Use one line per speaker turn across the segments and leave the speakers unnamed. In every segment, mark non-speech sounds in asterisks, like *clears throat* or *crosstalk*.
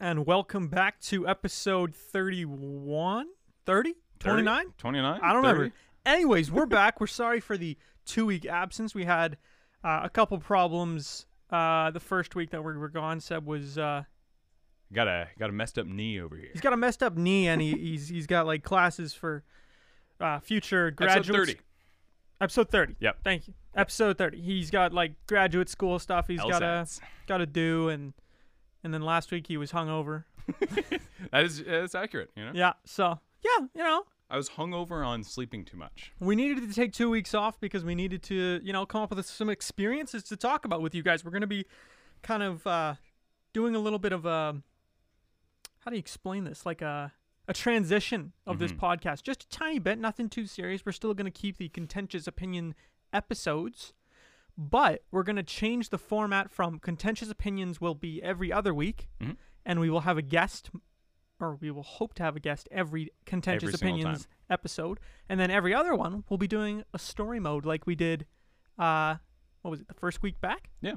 and welcome back to episode 31, 30, 29?
29?
I don't remember. Anyways, we're back. We're sorry for the two week absence. We had uh, a couple problems uh, the first week that we were gone. Seb was uh,
Got a got a messed up knee over here.
he's got a messed up knee and he, he's he's got like classes for uh, future graduates.
Episode 30.
Episode 30.
Yep.
Thank you. Episode 30. He's got like graduate school stuff he's got uh, to
LSATs.
got to do and and then last week he was hungover.
That is that's accurate, you know.
Yeah. So, yeah, you know,
I was hungover on sleeping too much.
we needed to take two weeks off because we needed to, you know, come up with some experiences to talk about with you guys. We're going to be kind of uh, doing a little bit of a, how do you explain this? Like a, a transition of this podcast, just a tiny bit, nothing too serious. We're still going to keep the contentious opinion episodes, but we're going to change the format from contentious opinions will be every other week,
Mhm.
and we will have a guest, or we will hope to have a guest every contentious
Every single time.
opinions episode, and then every other one we'll be doing a story mode like we did. Uh, what was it? The first week back?
Yeah.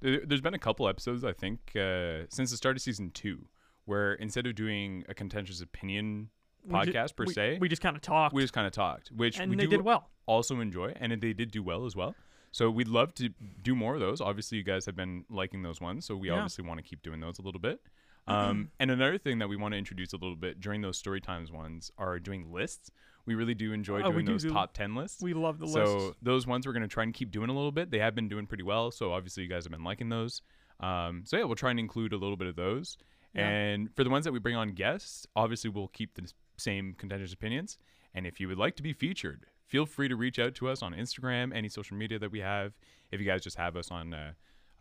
There, there's been a couple episodes I think uh, since the start of season 2 where instead of doing a contentious opinion
We ju-
podcast per
we-
se,
We just kind of talked,
we just kind of talked, which
and
we
they
do
did well.
also enjoy, and they did do well as well. So we'd love to do more of those. Obviously, you guys have been liking those ones, so we
Yeah. Mm-hmm.
obviously want to keep doing those a little bit. Um, and another thing that we want to introduce a little bit during those story times ones are doing lists. We really do enjoy
Oh, we
doing
do
those
do-
top ten lists.
We love the
so
list.
those ones we're gonna try and keep doing a little bit. They have been doing pretty well, so obviously you guys have been liking those. Um, so yeah, we'll try and include a little bit of those.
Yeah.
And for the ones that we bring on guests, obviously we'll keep the s- same contentious opinions. And if you would like to be featured, feel free to reach out to us on Instagram, any social media that we have. If you guys just have us on uh,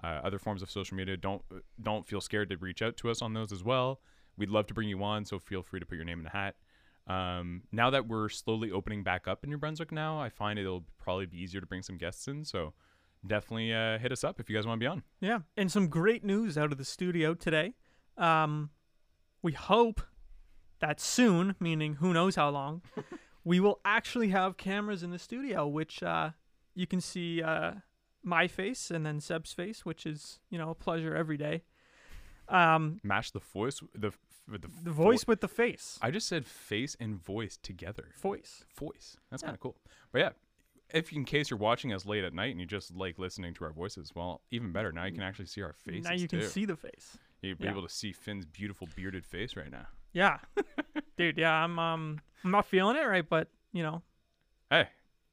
uh, other forms of social media, don't don't feel scared to reach out to us on those as well. We'd love to bring you on, so feel free to put your name in the hat. Um, now that we're slowly opening back up in New Brunswick, now I find it'll probably be easier to bring some guests in. So definitely uh, hit us up if you guys want to be on.
Yeah, and some great news out of the studio today. Um, we hope that soon, meaning who knows how long,
*laughs*
we will actually have cameras in the studio, which uh, you can see uh, my face and then Seb's face, which is you know a pleasure every day. Um,
Mash the voice, the f- the,
the
fo-
voice with the face,
I just said face and voice together.
voice.
voice. That's kind of cool. But yeah, if in case you're watching us late at night and you just like listening to our voices, well, even better. Now you can actually see our faces.
now you can
too.
see the
*laughs*
face.
You'll be
yeah.
able to see Finn's beautiful bearded face right now.
Yeah, dude. Yeah, I'm um, I'm not feeling it right, but you know,
Hey,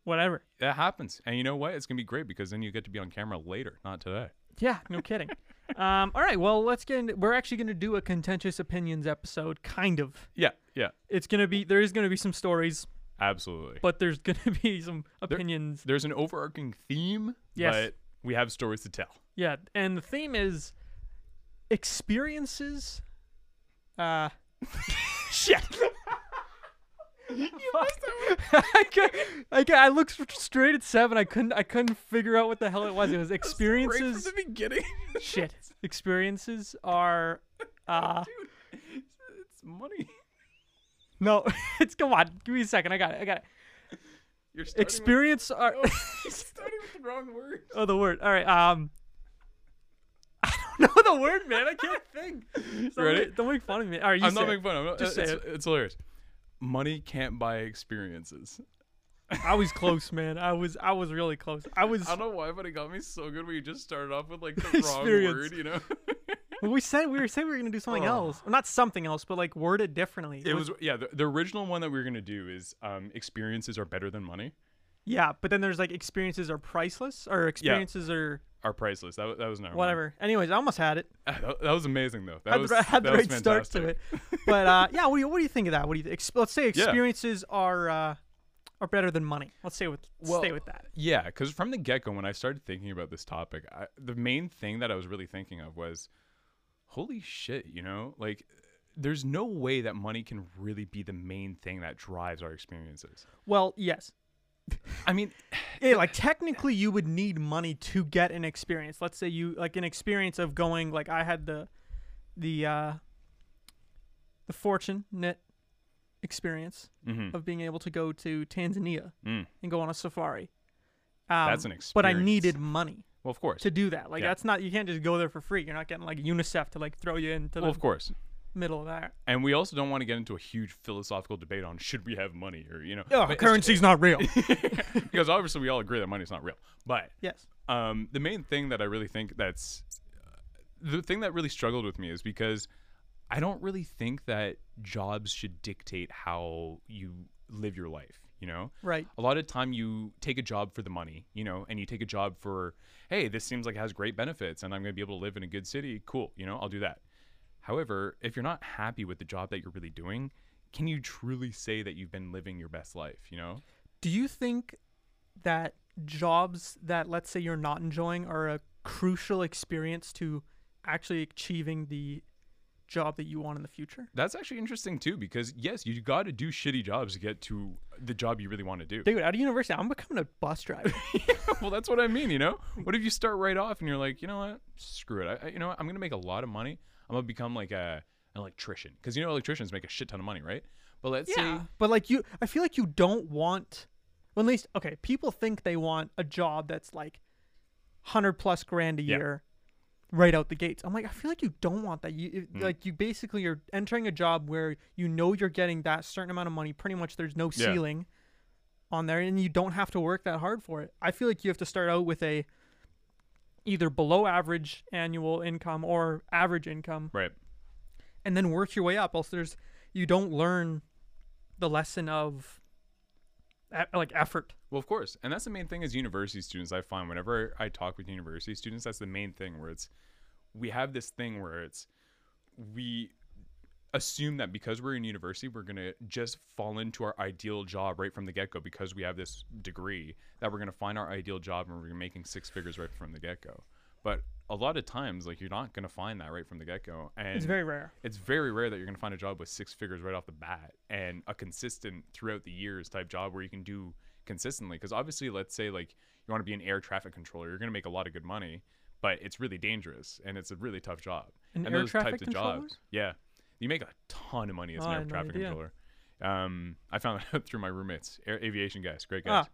whatever.
that happens, and you know what? It's gonna be great because then you get to be on camera later, not today.
Yeah, no kidding. *laughs* um, all right, well, let's get into. We're actually going to do a contentious opinions episode, kind of.
Yeah, yeah,
It's going to be there is going to be some stories,
absolutely.
but there's *laughs* going to be some opinions.
there's an overarching theme,
Yes.
but we have stories to tell.
yeah, and the theme is experiences. Uh, *laughs* shit. *laughs* I, cou- I, cou- I looked s- straight at Seb and I couldn't I couldn't figure out what the hell it was. *laughs* It was experiences.
the beginning. *laughs*
Shit, experiences are uh,
Dude, it's money.
No, *laughs* it's come on. Give me a second. I got it. Oh, I got it.
You're starting
Experience *laughs* are
starting with the wrong word. *laughs*
oh the word. All right. Um, *laughs* I don't know the word, man. I
*laughs*
can't think. Don't
ready?
make- Don't make fun of me. All right, you
I'm
say
not
it.
making fun. I'm not,
Just say
it's, it's hilarious. Money can't buy experiences.
I was close, man. I was. I was really close. I was.
I don't know why, but it got me so good when you just started off with like the *laughs* wrong
Experience.
word. You know,
well, we said we were saying we were gonna do something
Oh.
else, well, not something else, but like word it differently.
it *laughs* was yeah. The, the original one that we were gonna do is um, experiences are better than money.
Yeah, but then there's like experiences are priceless or experiences are
Are priceless. That, wa- that was another one.
whatever. Anyways, I almost had it.
*laughs* That, that was amazing though. That
had
was
the, ri- had the
that was
right start to
fantastic.
it. But
*laughs*
uh, yeah, what do you what do you think of that? What do you th- ex- let's say experiences are uh, are better than money. Let's say with stay
Well,
with that.
Yeah, because from the get go, when I started thinking about this topic, I, the main thing that I was really thinking of was, holy shit, you know, like there's no way that money can really be the main thing that drives our experiences.
Well, yes.
I mean,
Yeah, like technically you would need money to get an experience. Let's say you like an experience of going like I had the the uh the fortune knit experience
mhm,
of being able to go to Tanzania
mm,
and go on a safari.
That's
Um,
an
But I
experience.
needed money
well, of course.
to do that. Like
Yeah.
that's not you can't just go there for free. You're not getting like UNICEF to like throw you into
Well,
the
of course.
middle of that.
And we also don't want to get into a huge philosophical debate on should we have money or you know
Oh,
*laughs* but it's-
currency's not *laughs* real.
because obviously we all agree that money's not real. But
yes.
um, the main thing that I really think that's uh, the thing that really struggled with me is because I don't really think that jobs should dictate how you live your life. You know,
Right.
a lot of time you take a job for the money, you know, and you take a job for, hey, this seems like it has great benefits and I'm going to be able to live in a good city. Cool, you know, I'll do that. However, if you're not happy with the job that you're really doing, can you truly say that you've been living your best life, you know?
Do you think that jobs that let's say you're not enjoying are a crucial experience to actually achieving the job that you want in the future?
That's actually interesting too because yes, you got to do shitty jobs to get to the job you really want to do. *laughs*
Dude, out of university, I'm becoming a bus *laughs* driver.
well, that's what I mean, you know? What if you start right off and you're like, you know what? Screw it. I, I- you know what? I'm going to make a lot of money. I'm going to become like a an electrician because you know electricians make a shit ton of money, right? But let's say
But like you I feel like you don't want well, at least okay, people think they want a job that's like 100 plus grand a
Yeah.
year right out the gates. I'm like I feel like you don't want that. You
Mm.
it- like you basically are entering a job where you know you're getting that certain amount of money, pretty much there's no
Yeah.
ceiling on there and you don't have to work that hard for it. I feel like you have to start out with a either below average annual income or average income
Right.
and then work your way up. Else, there's you don't learn the lesson of e- like effort.
Well, of course. And that's the main thing as university students I find whenever I talk with university students, that's the main thing where it's we have this thing where it's we assume that because we're in university, we're going to just fall into our ideal job right from the get-go because we have this degree that we're going to find our ideal job and we're making six figures right from the get-go. But a lot of times like you're not going to find that right from the get-go and
It's very rare.
it's very rare that you're going to find a job with six figures right off the bat and a consistent throughout the years type job where you can do consistently because obviously let's say like you want to be an air traffic controller you're going to make a lot of good money but it's really dangerous and it's a really tough job
An
and
air
those
traffic
types of
controller?
jobs yeah you make a ton of money as
Oh, I
an air
had no
traffic
idea.
controller um, i found that *laughs* out through my roommates air, aviation guys great guys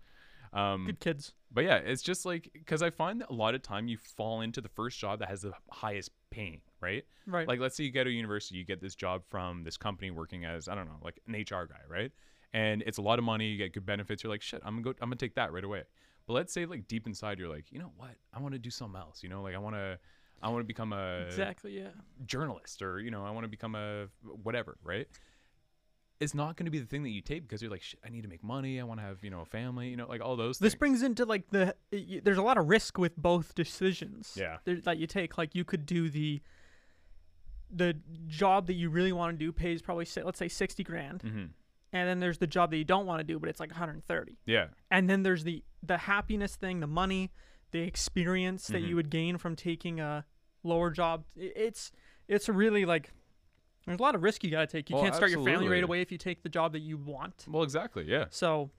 Ah.
um,
Good kids.
but yeah, it's just like because I find that a lot of time you fall into the first job that has the highest paying, right?
Right.
Like let's say you go to university, you get this job from this company working as I don't know, like an HR guy, right? And it's a lot of money, you get good benefits. You're like, shit, I'm gonna go, I'm gonna take that right away. But let's say like deep inside, you're like, you know what? I want to do something else. You know, like I want to, I want to become a
exactly. Yeah.
journalist or you know i want to become a whatever right it's not going to be the thing that you take because you're like Shit, i need to make money i want to have you know a family you know like all those
This
things
brings into like the y- y- there's a lot of risk with both decisions.
Yeah.
there- that you take. Like you could do the the job that you really want to do pays probably say, let's say 60 grand
Mhm.
and then there's the job that you don't want to do but it's like 130
yeah
and then there's the the happiness thing the money the experience that
Mhm.
you would gain from taking a lower job I- it's it's a really like there's a lot of risk you gotta take you
Oh,
can't start your family
absolutely.
right away if you take the job that you want
well exactly yeah
so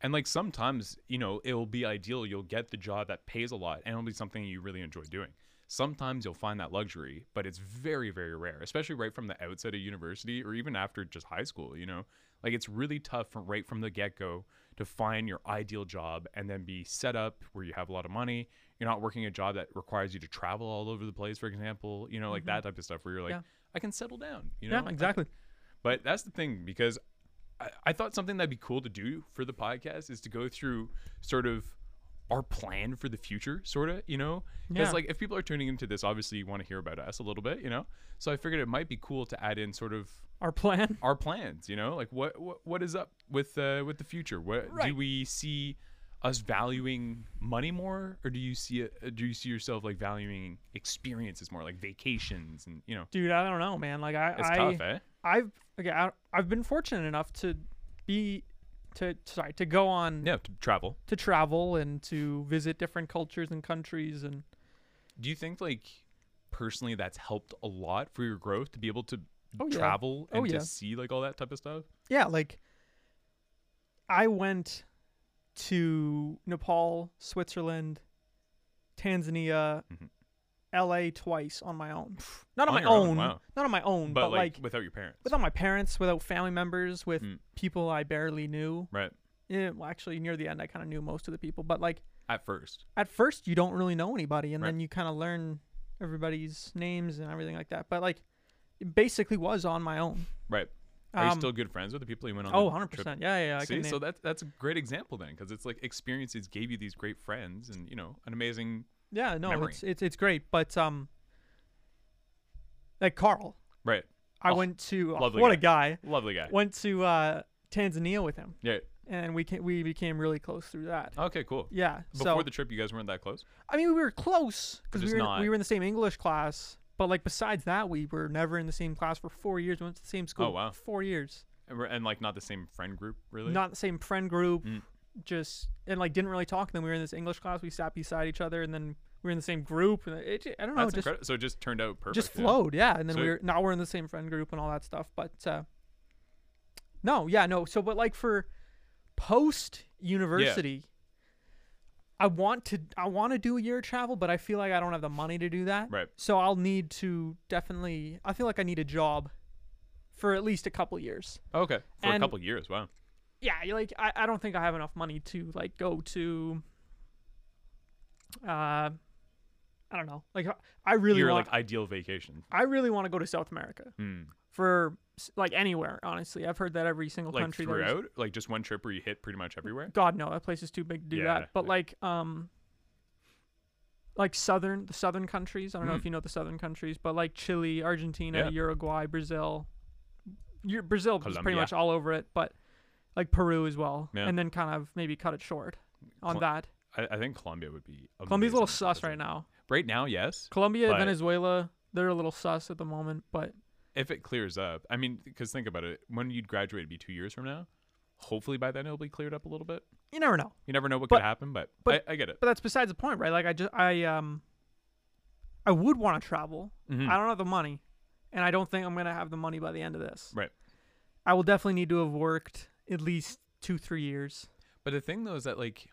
and like sometimes you know it'll be ideal you'll get the job that pays a lot and it'll be something you really enjoy doing sometimes you'll find that luxury but it's very very rare especially right from the outset of university or even after just high school you know like it's really tough from right from the get-go to find your ideal job and then be set up where you have a lot of money you're not working a job that requires you to travel all over the place for example you know like that type of stuff where you're like
Mm-hmm. Yeah.
i can settle down you know
yeah
I can-
exactly
but that's the thing because I, I thought something that'd be cool to do for the podcast is to go through sort of our plan for the future, sort of, you know? Because,
Yeah.
like, if people are tuning into this, obviously you want to hear about us a little bit, you know? So I figured it might be cool to add in sort of
our plan *laughs*
our plans, you know? Like, what what, what is up with uh, with the future? What
Right.
do we see us valuing money more, or do you see it, uh, do you see yourself like valuing experiences more, like vacations and you know?
dude i don't know man like i
It's
I,
tough, eh?
i've okay, I, i've been fortunate enough to be to sorry to go on
Yeah, to travel.
to travel and to visit different cultures and countries and
do you think like personally that's helped a lot for your growth to be able to
Oh, yeah.
travel
Oh,
and
yeah. Mm,
to see like all that type of stuff
yeah, like I went to Nepal, Switzerland, Tanzania,
Mhm.
LA twice on my own. Not on,
On
my
your own,
own,
wow.
not on my own,
but,
but,
like,
like,
without your parents
without my parents, without family members, with
Mm.
people I barely knew.
right
Yeah, well, actually, near the end, I kind of knew most of the people, but like
at first
at first you don't really know anybody and
Right.
then you kind of learn everybody's names and everything like that but like basically was on my own.
Right. Are you
Um,
still good friends with the people you went on?
Oh,
the
100
trip
percent. Yeah, yeah. yeah, I
See,
can
so
name-
that's that's a great example then, because it's like experiences gave you these great friends, and you know, an amazing
yeah, no,
memory.
it's it's it's great, but um, like Carl,
right,
I
Oh,
went to
lovely
what a guy
lovely guy.
went to uh, Tanzania with him,
Yeah.
and we ca- we became really close through that.
Okay. Cool.
Yeah.
Before
so
the trip, you guys weren't that close.
I mean, we were close because
just
we were in,
not-
we were in the same English class, but like besides that, we were never in the same class for four years. We went to the same school.
Oh, wow.
Four years,
And, we're- and like not the same friend group, really.
not the same friend group.
Mm.
Just and like didn't really talk. Then we were in this English class. We sat beside each other, and then we were in the same group. And it, I don't know,
That's
it just
incredible. So it just turned out perfect.
just
yeah.
flowed, yeah. And then
So-
we are now we're in the same friend group and all that stuff. But uh, no, yeah, no. So, but like for post university, I want to I want to do a year of travel, but I feel like I don't have the money to do that.
Right.
So I'll need to definitely. I feel like I need a job for at least a couple years.
okay. For a
And-
couple years. Wow.
Yeah, you're like I, I don't think I have enough money to like go to. Uh, I don't know. Like I really
Your
want.
like ideal vacation,
I really want to go to South America
Hmm.
for s- like anywhere. Honestly, I've heard that every single
like
country. there's-
throughout, like just one trip where you hit pretty much everywhere.
God no, that place is too big to do
Yeah,
that. But
yeah.
like um, like southern the southern countries. I don't know
Mm.
if you know the southern countries, but like Chile, Argentina,
Yeah.
Uruguay, Brazil. Your Brazil is pretty
Colombia.
much all over it, but like Peru as well,
Yeah.
and then kind of maybe cut it short on
Col-
that.
I, I think Colombia would be.
Colombia's a little
amazing for
sus right
visiting.
now.
Right now, yes.
Colombia,
But-
Venezuela, they're a little sus at the moment, but
If it clears up, I mean, because think about it. When you'd graduate, it'd be two years from now. Hopefully, by then it'll be cleared up a little bit.
you never know.
You never know what
But-
could happen, but,
but-
I, I get it.
but that's besides the point, right? Like I just I um I would want to travel.
Mhm.
I don't have the money, and I don't think I'm gonna have the money by the end of this.
Right.
I will definitely need to have worked at least two three years.
But the thing though is that like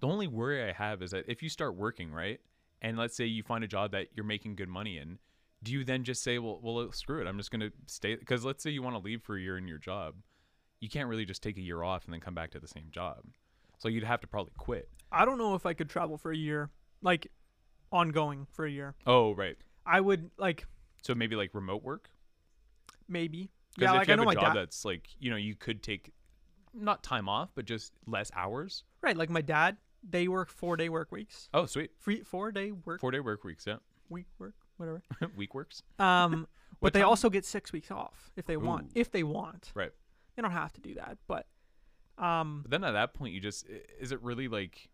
the only worry I have is that if you start working, right? And let's say you find a job that you're making good money in, do you then just say, "Well, well, screw it. I'm just going to stay because let's say you want to leave for a year in your job. You can't really just take a year off and then come back to the same job. So you'd have to probably quit.
I don't know if I could travel for a year, like ongoing for a year.
Oh, right.
I would like
So maybe like remote work?
maybe.
Because
Yeah,
if
like
you
I
have
know my
a job
dad.
that's like, you know, you could take not time off, but just less hours.
Right, like my dad. They work four day work weeks.
Oh, sweet.
Free four day work
Four day work weeks. Yeah. *laughs*
week work whatever.
Week works.
Um,
*laughs* What
but they
time-
also get six weeks off if they want.
Ooh.
If they want.
Right.
they don't have to do that but um
But then at that point, you just i- is it really like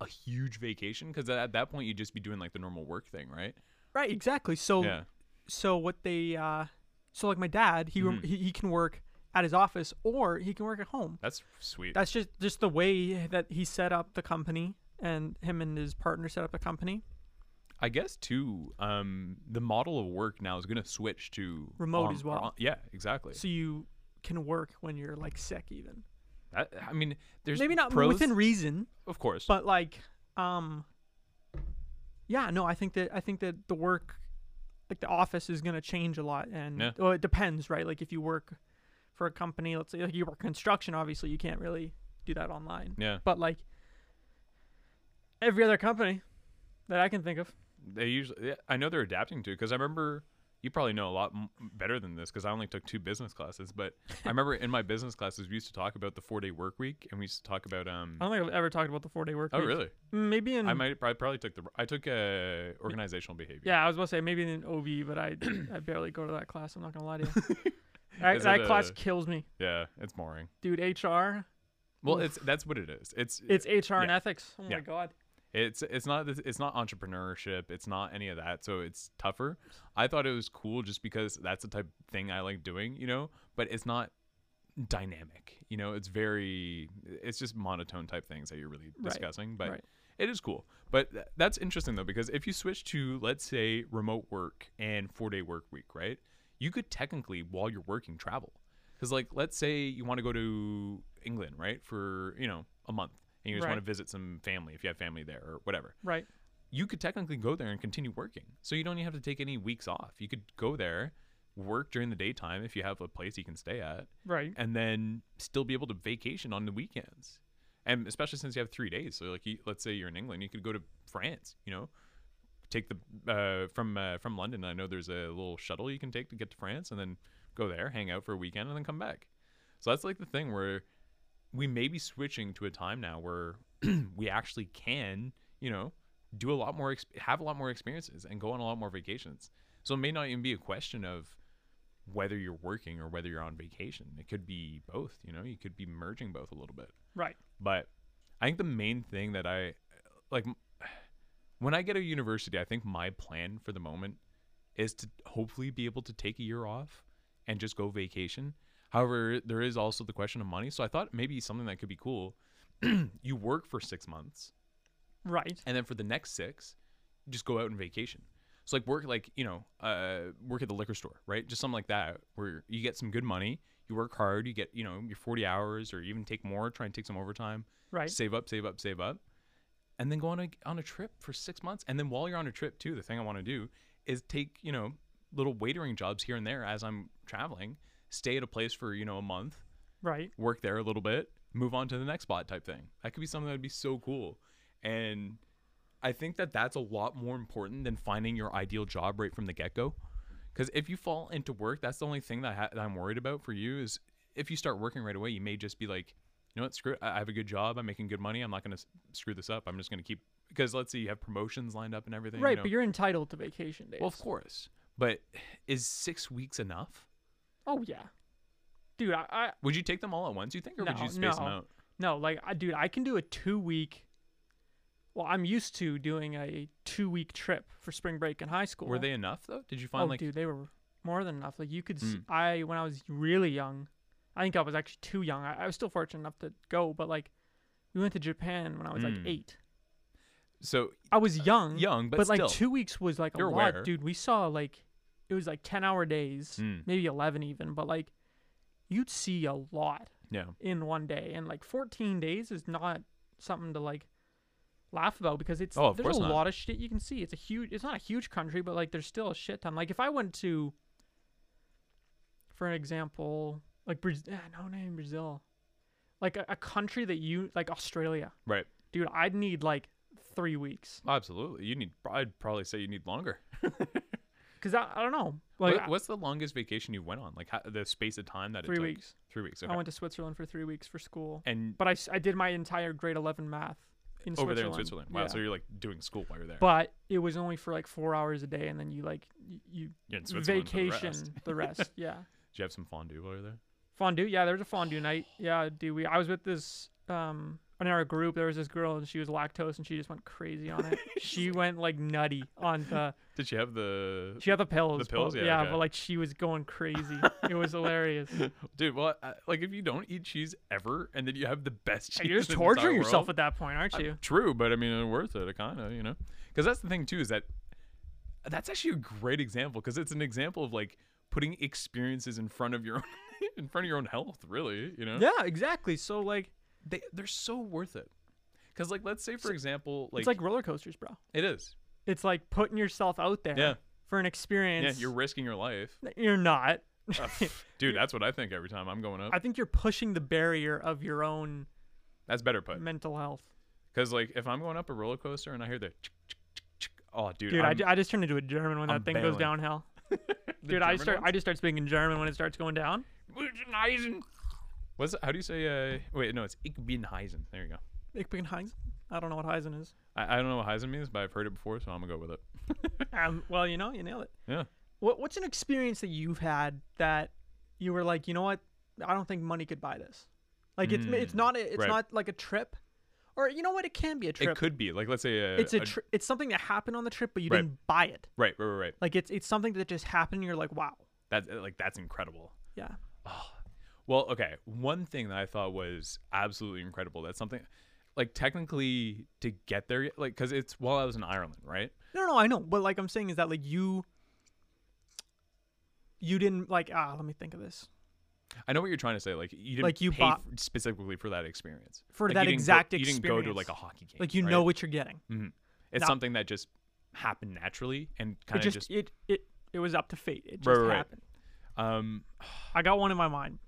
a huge vacation? Because at that point, you'd just be doing like the normal work thing, right?
right exactly so
Yeah.
so what they uh so like my dad he, rem
Mhm.
he he can work at his office or he can work at home
That's sweet.
that's just just the way that he set up the company and him and his partner set up the company
I guess too. Um, the model of work now is going to switch to
Remote
on-
as well.
on- yeah, exactly.
so you can work when you're like sick even
That- I mean, there's
maybe not
pros,
within reason
of course.
but like um yeah no i think that i think that the work like the office is going to change a lot and
Yeah.
well it depends right like if you work for a company let's say like you work construction obviously you can't really do that online
yeah,
but like every other company that i can think of
they usually. Yeah, I know they're adapting to because I remember you probably know a lot m- better than this because I only took two business classes. But I remember in my business classes we used to talk about the four day work week and we used to talk about um.
*laughs* i don't think i've ever talked about the four day work
Oh
week.
really?
maybe in
I might. I probably took the. I took uh, organizational behavior.
Mm. yeah i was about to say maybe in ov but i *clears throat* i barely go to that class i'm not gonna lie to
*laughs*
you that,
Is
that
it uh,
class
a-
kills me
Yeah, it's boring.
dude hr
Well,
Oof.
it's that's what it is. It's
it's hr and
Yeah.
ethics oh my
Yeah.
god
it's it's not this- it's not entrepreneurship. It's not any of that. So it's tougher. I thought it was cool just because that's the type of thing I like doing, you know. But it's not dynamic. You know, it's very it's just monotone type things that you're really
Right,
discussing. But
right.
it is cool. But th- that's interesting though because if you switch to let's say remote work and four day work week, right? You could technically while you're working travel. Because like let's say you want to go to England, right, for you know a month, and you just
Right.
want to visit some family if you have family there or whatever.
right
You could technically go there and continue working, so you don't even have to take any weeks off. You could go there, work during the daytime if you have a place you can stay at,
Right.
and then still be able to vacation on the weekends. And especially since you have three days, so like you, let's say you're in England, you could go to France, you know, take the uh, from uh, from London. I know there's a little shuttle you can take to get to France, and then go there, hang out for a weekend, and then come back. So that's like the thing where we may be switching to a time now where *clears throat* we actually can, you know, do a lot more, ex- have a lot more experiences, and go on a lot more vacations. So it may not even be a question of whether you're working or whether you're on vacation. It could be both. You know, you could be merging both a little bit.
Right.
But I think the main thing that I like m- *sighs* when I get a university, I think my plan for the moment is to hopefully be able to take a year off and just go vacation. However, there is also the question of money. So I thought maybe something that could be cool. *clears throat* you work for six months
Right.
and then for the next six, just go out on vacation. So like work like you know uh, work at the liquor store, right? Just something like that, where you get some good money, you work hard, you get you know your forty hours, or even take more, try and take some overtime,
Right.
save up, save up, save up, and then go on a on a trip for six months. And then while you're on a trip too, the thing I want to do is take you know little waitering jobs here and there as I'm traveling, stay at a place for you know a month,
Right.
work there a little bit, move on to the next spot type thing. That could be something that would be so cool. And I think that that's a lot more important than finding your ideal job right from the get go. Because if you fall into work, that's the only thing that, I ha- that I'm worried about for you is if you start working right away, you may just be like, you know what, screw it. I I have a good job. I'm making good money. I'm not going to screw this up. I'm just going to keep, because let's say you have promotions lined up and everything. you
Right.
know.
But you're entitled to vacation days.
well, of course. But is six weeks enough?
Oh yeah. Dude, I, I
Would you take them all at once, you think, or would
No,
you space them
no.
out?
no, like I dude, I can do a 2 week Well, I'm used to doing a 2 week trip for spring break in high school.
Were they enough, though? Did you find
Oh
like
dude, they were more than enough. Like you could s
Mm.
I I when I was really young, I think I was actually too young. I, I was still fortunate enough to go, but like we went to Japan when I was
Mm.
like 8.
So
I was young.
young, but,
like
still.
two weeks was like a
You're
lot,
aware.
dude. We saw like it was like ten hour days,
Mm.
maybe eleven even, but like you'd see a lot
yeah,
in one day, and like fourteen days is not something to like laugh about because it's
Oh, of
there's
course
a
not.
lot of shit you can see. It's a huge, it's not a huge country, but like there's still a shit ton. Like if I went to, for an example, like Brazil, no, not even Brazil, like a, a country that you like Australia,
right.
dude. I'd need like three weeks.
Absolutely. You need. I'd probably say you need longer.
Because I, I don't know. Like,
Like,
I-
what's the longest vacation you went on? Like how, the space of time that
three
it took?
weeks.
Three weeks. Okay.
I went to Switzerland for three weeks for school.
and
But I, s- I did my entire grade 11 math in
over
Switzerland.
there in Switzerland. Wow.
Yeah.
So you're like doing school while you're there.
but it was only for like four hours a day, and then you like y- you,
you're in
you
Switzerland. for the
vacation
rest.
the rest. *laughs* yeah.
Did you have some fondue while you're there?
Fondue. Yeah, there was a fondue night. Yeah, dude. We I was with this um in our group. There was this girl, and she was lactose, and she just went crazy on it.
*laughs*
she went like nutty on the.
Did she have the?
She had the pills.
pills?
But,
Yeah,
yeah
okay.
but like she was going crazy. it
*laughs*
was hilarious.
Dude, well, I, like if you don't eat cheese ever, and then you have the best cheese.
You're just
in the entire
torturing yourself
world,
at that point, aren't you?
True, but I mean, uh, worth it, kind of, you know? Because that's the thing, too, is that that's actually a great example because it's an example of like putting experiences in front of your own, *laughs* in front of your own health, really, you know?
Yeah, exactly. So like,
They, they're so worth it. Because, like, let's say, for
So-
example, like,
it's like roller coasters, bro.
it is.
It's like putting yourself out there
Yeah.
for an
Yeah,
experience.
you're risking your
*laughs*
life.
that you're not. *laughs*
Uh, pff, Dude, that's what I think every time I'm going up.
I think you're pushing the barrier of your own
That's better put.
mental health.
Because, like, if I'm going up a roller coaster and I hear the chick, chick, chick, chick, oh, dude,
Dude, I,
I'm-
ju- I just turned into a German when
I'm
that thing goes
bailing. *laughs*
downhill.
the
Dude, I
German
start
ones?
I just start speaking German when it starts going down.
Heisen. What's how do you say? Uh, wait, no, it's Ich bin Heisen. There you go.
Ich bin Heinz. I don't know what Heisen is.
I, I don't know what Heisen means, but I've heard it before, so I'm gonna go with it.
Um, well, you know, you nailed it.
Yeah.
What What's an experience that you've had that you were like, you know what? I don't think money could buy this. Like it's it's
Mm,
not a, it's
right.
not like a trip, or you know what? It can be a trip.
It could be like let's say a,
it's a
a-
tr- it's something that happened on the trip, but you
Right.
didn't buy it.
right, right, right, right.
Like it's it's something that just happened. and You're like, wow,
That's uh, like that's incredible.
yeah,
Well, okay. One thing that I thought was absolutely incredible. That's something, like technically to get there, yet- like because it's while I was in Ireland, right?
no, no, I know. But like I'm saying is that like you, you didn't like ah. Let me think of this
I know what you're trying to say. Like you didn't
Like, you
pay
bought-
f- specifically for that experience.
for
Like,
that
you didn't go-
exact
You didn't go to
experience.
like a hockey game.
like you
right?
know what you're getting.
It's
No.
something that just happened naturally and
It
kind of
just,
just
it it it was up to fate. It just
Right, right, right.
happened.
um
I got one in my mind.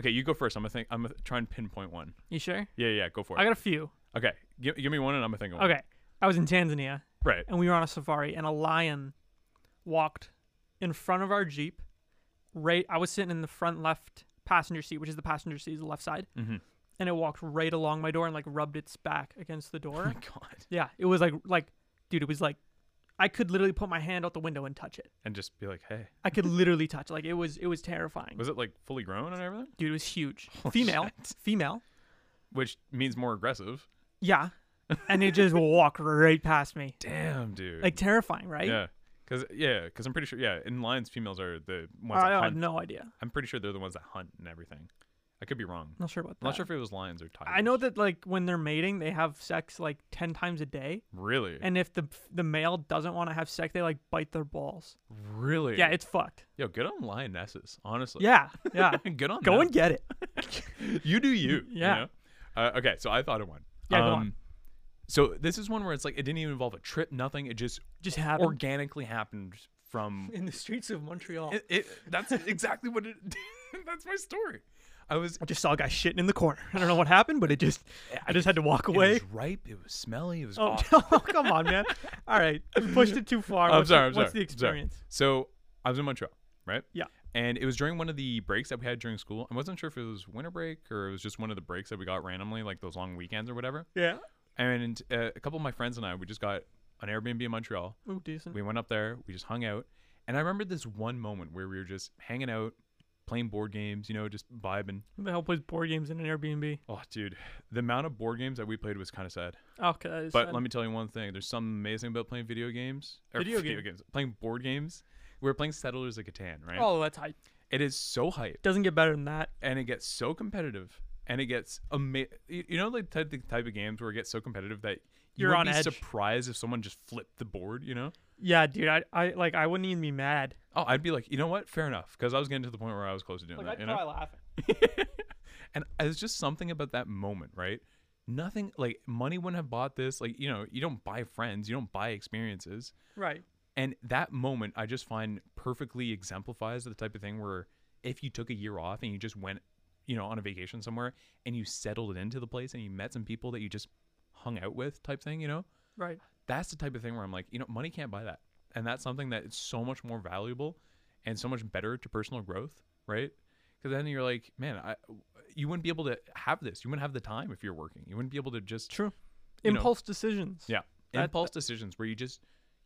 Okay, you go first. I'm gonna think. I'm gonna try and pinpoint one.
You sure?
Yeah, yeah, go for
I
it.
got a few.
okay, give, give me one, and I'm gonna think of one.
Okay, I was in Tanzania
Right.
and we were on a safari and a lion walked in front of our jeep right i was sitting in the front left passenger seat which is the passenger seat is the left side
Mhm.
and it walked right along my door and like rubbed its back against the
Oh *laughs* my
door
god.
yeah it was like like dude it was like i could literally put my hand out the window and touch it
And just be like, hey,
i
*laughs*
could literally touch it. like it was it was terrifying
was it like fully grown and everything?
dude it was huge female
shit.
female
Which means more aggressive. *laughs*
yeah and it just walked right past me
Damn, dude.
like terrifying right
yeah. Cause yeah, cause I'm pretty sure yeah, in lions females are the ones
i I
that
have
hunt.
no idea
I'm pretty sure they're the ones that hunt and everything. I could be wrong.
not sure about that
I'm not sure if it was lions or tigers.
I know that like when they're mating, they have sex like ten times a day,
Really?
and if the the male doesn't want to have sex, they like bite their balls.
really?
Yeah, it's
*laughs*
fucked.
Yo, good on lionesses, honestly.
Yeah, yeah.
*laughs* good on
Go
them.
and get it.
you do you.
Yeah.
You know? uh, okay, so I thought of one. Um,
Yeah, go on.
So this is one where it's like it didn't even involve a trip, nothing. It just
Just happened
organically happened from.
in the streets of Montreal.
it, it, that's exactly what it. *laughs* that's my story. I was.
I just saw a guy shitting in the corner. I don't know what happened, but it just I just had to walk
It *laughs*
away.
was ripe. It was smelly. It was.
*laughs* Oh,
awful.
no, come on, man. All
*laughs*
right, you pushed it too far.
I'm
what's the-
sorry. I'm sorry.
what's the
I'm sorry.
experience?
So I was in Montreal, right?
Yeah.
And it was during one of the breaks that we had during school. I wasn't sure if it was winter break or it was just one of the breaks that we got randomly, like those long weekends or whatever.
Yeah.
And uh, a couple of my friends and I, we just got an Airbnb in Montreal.
Ooh, decent.
We went up there, we just hung out. And I remember this one moment where we were just hanging out, playing board games, you know, just vibing.
Who the hell plays board games in an Airbnb?
Oh, dude, the amount of board games that we played was kind of sad.
Okay, that is
But
sad.
let me tell you one thing there's something amazing about playing video games. or
Video
games. Playing board games. We were playing Settlers of Catan, right?
oh, that's hype.
It is so hype.
Doesn't get better than that.
and it gets so competitive and it gets ama- you you know like type, the type of games where it gets so competitive that you
You're
would
on
be
edge.
surprised if someone just flipped the board you know
Yeah, dude. I, I like I wouldn't even be mad.
oh i'd be like you know what fair enough because i was getting to the point where i was close to doing
Like
that
I'd
you know?
probably laugh.
and it's just something about that moment right nothing like money wouldn't have bought this like you know you don't buy friends you don't buy experiences
Right.
and that moment i just find perfectly exemplifies the type of thing where if you took a year off and you just went you know on a vacation somewhere and you settled into the place and you met some people that you just hung out with type thing you know
Right.
that's the type of thing where i'm like you know money can't buy that and that's something that is so much more valuable and so much better to personal growth right because then you're like man i you wouldn't be able to have this you wouldn't have the time if you're working you wouldn't be able to just
True.
You know-
Impulse decisions.
yeah.
That-
Impulse decisions where you just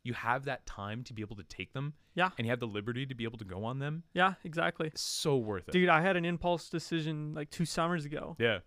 you have that time to be able to take them.
Yeah.
And you have the liberty to be able to go on them.
Yeah, exactly.
It's so worth it.
Dude, I had an impulse decision like two summers ago
Yeah.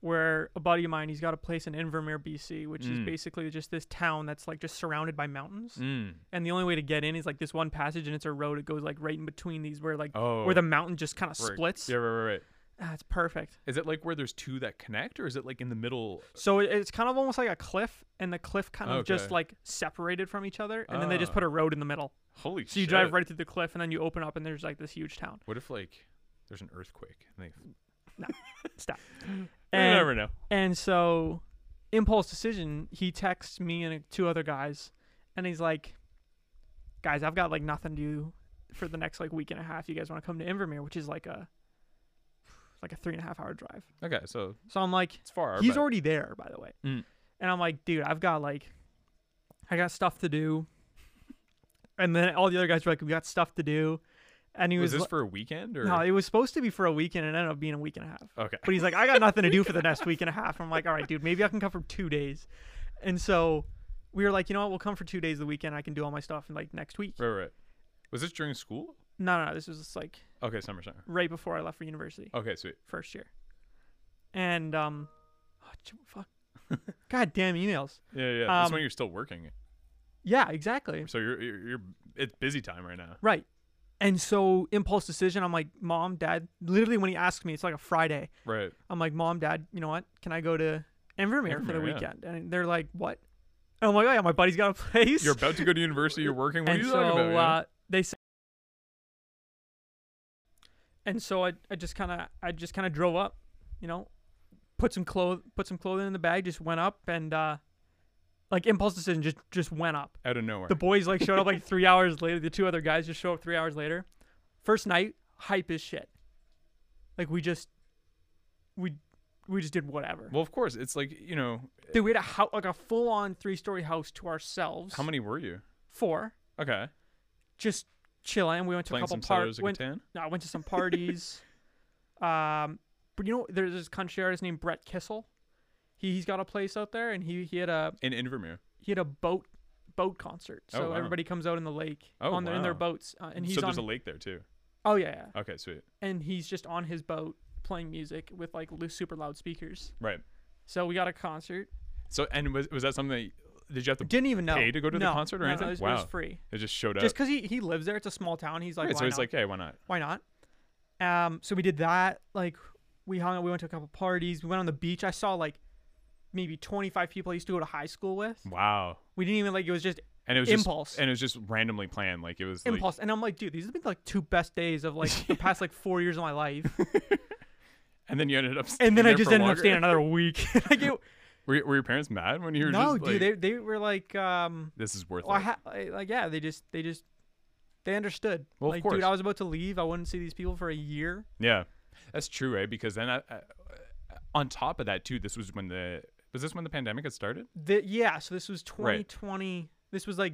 where a buddy of mine, he's got a place in Invermere, BC, which is
Mm.
basically just this town that's like just surrounded by mountains.
Mm.
And the only way to get in is like this one passage and it's a road. It goes like right in between these where like
Oh.
where the mountain just kind of
Right.
splits.
Yeah, right, right, right.
Ah, it's perfect.
Is it like where there's two that connect or is it like in the middle?
So it- it's kind of almost like a cliff and the cliff kind of just
Okay.
like separated from each other and then they just
Ah.
put a road in the middle.
Holy
So you
shit.
drive right through the cliff and then you open up and there's like this huge
*laughs*
town.
What if like there's an earthquake and they
Stop.
you
And-
never know.
And so, impulse decision. He texts me and uh, two other guys, and he's like, "Guys, I've got like nothing to do for the next like week and a half. You guys want to come to Invermere, which is like a like a three and a half hour drive."
Okay, so
So I'm like,
it's far.
"He's
but-
already there, by the way,"
Mm.
and I'm like, "Dude, I've got like, I got stuff to do," and then all the other guys were like, "We got stuff to do," and he was,
was this
li-
for a weekend or
no, it was supposed to be for a weekend, and it ended up being a week and a half.
Okay.
But he's like, I got nothing to do for the next week and a half. I'm like, all right, dude, maybe I can come for two days. And so we were like, you know what? We'll come for two days the weekend. I can do all my stuff in like next week.
Right, right. Was this during school?
No, no, no. This was just like
Okay, summer summer.
right before I left for university,
Okay, sweet.
first year. And, um, oh, ch- fuck. Goddamn emails.
Yeah, yeah. That's
Um,
when you're still working.
Yeah, exactly.
So you're, you're you're it's busy time right now.
Right. And so impulse decision, I'm like, mom, dad, literally when he asked me, it's like a Friday.
Right.
I'm like, Mom, Dad, you know what? Can I go to Invermere for the
Invermere, yeah.
weekend? And they're like, What? And I'm like, Oh yeah, my buddy's got a *laughs* place.
You're about to go to university. You're working. What
and
are you
so
talking about? man?
uh, they said. And so I, I just kind of I just kind of drove up, you know, put some clothes put some clothing in the bag, just went up and uh like impulse decision just just went up.
out of nowhere.
uh, The boys like showed up like 3 *laughs* hours later. The two other guys just show up 3 hours later. First night, hype as shit. Like we just we we just did whatever.
Well, of course, it's like you know,
Dude, we had a house, like a full on three story house to ourselves.
how many were you?
Four.
Okay,
Just chilling. We went to
playing
a couple
some
parties.
Settlers of Catan.
No, I went to some
*laughs*
parties. um, but you know, there's this concierge named Brett Kissel. He he's got a place out there, and he he had a
in Invermere.
he had a boat boat concert.
Oh,
So
wow.
everybody comes out in the lake
Oh,
on their, in their
wow.
boats, uh, and he's
so
on.
there's a lake there too.
oh yeah, yeah,
Okay, sweet.
and he's just on his boat playing music with like loo- super loud speakers.
Right.
So we got a concert.
So and was was that something? That, y- did you have to?
Didn't even know
Pay to go to the
No,
concert or
no, no,
anything?
it was, it
Wow.
was free.
It just showed up.
Just because he, he lives there, it's a small town. He's like,
Right,
why
so he's
not?
like, hey, why not?
why not? Um, so we did that. Like, we hung out. We went to a couple parties. We went on the beach. I saw like maybe 25 people I used to go to high school with.
Wow.
We didn't even like. It was just
And it was
Impulse.
Just, and it was just randomly planned. Like it was. Like,
impulse. And I'm like, dude, these have been like two best days
*laughs*
of like the past like four years of my life.
and then you ended up. staying
And then I
there
just
for
ended up
longer?
staying another week. like, it,
*laughs* Were, y- were your parents mad when you were
no, dude,
just like,
they they were like, um,
this is worth
well, I
it?
ha- I- like yeah, they just they just they understood.
Well, of
like,
course.
dude, I was about to leave. I wouldn't see these people for a year.
yeah, that's true, right? Because then I, I, uh, on top of that too, this was when the was this when the pandemic had started?
The, yeah, so this was
Right.
2020. This was like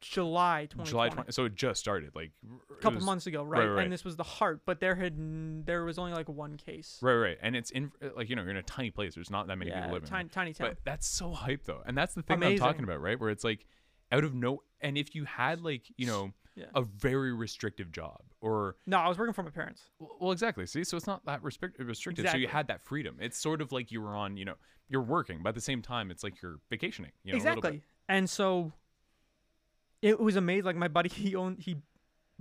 July 2020.
July twenty. So it just started, like
a couple months ago, right?
right, right.
And this was the heart, but there had n- there was only like one case.
Right, right, and it's in uh, like you know you're in a tiny place. There's not that many
Yeah,
people living.
tiny, tiny town.
But that's so hype though, and that's the thing that
Amazing.
I'm talking about, right? Where it's like out of no, and if you had like you know
Yeah.
a very restrictive job or
no, I was working for my parents.
Well, well, exactly. See, so it's not that restrict- restricted. So you
Exactly.
had that freedom. It's sort of like you were on, you know, you're working, but at the same time, it's like you're vacationing. You know, a little bit.
exactly. And so it was amazing. Like my buddy, *laughs* he owned, he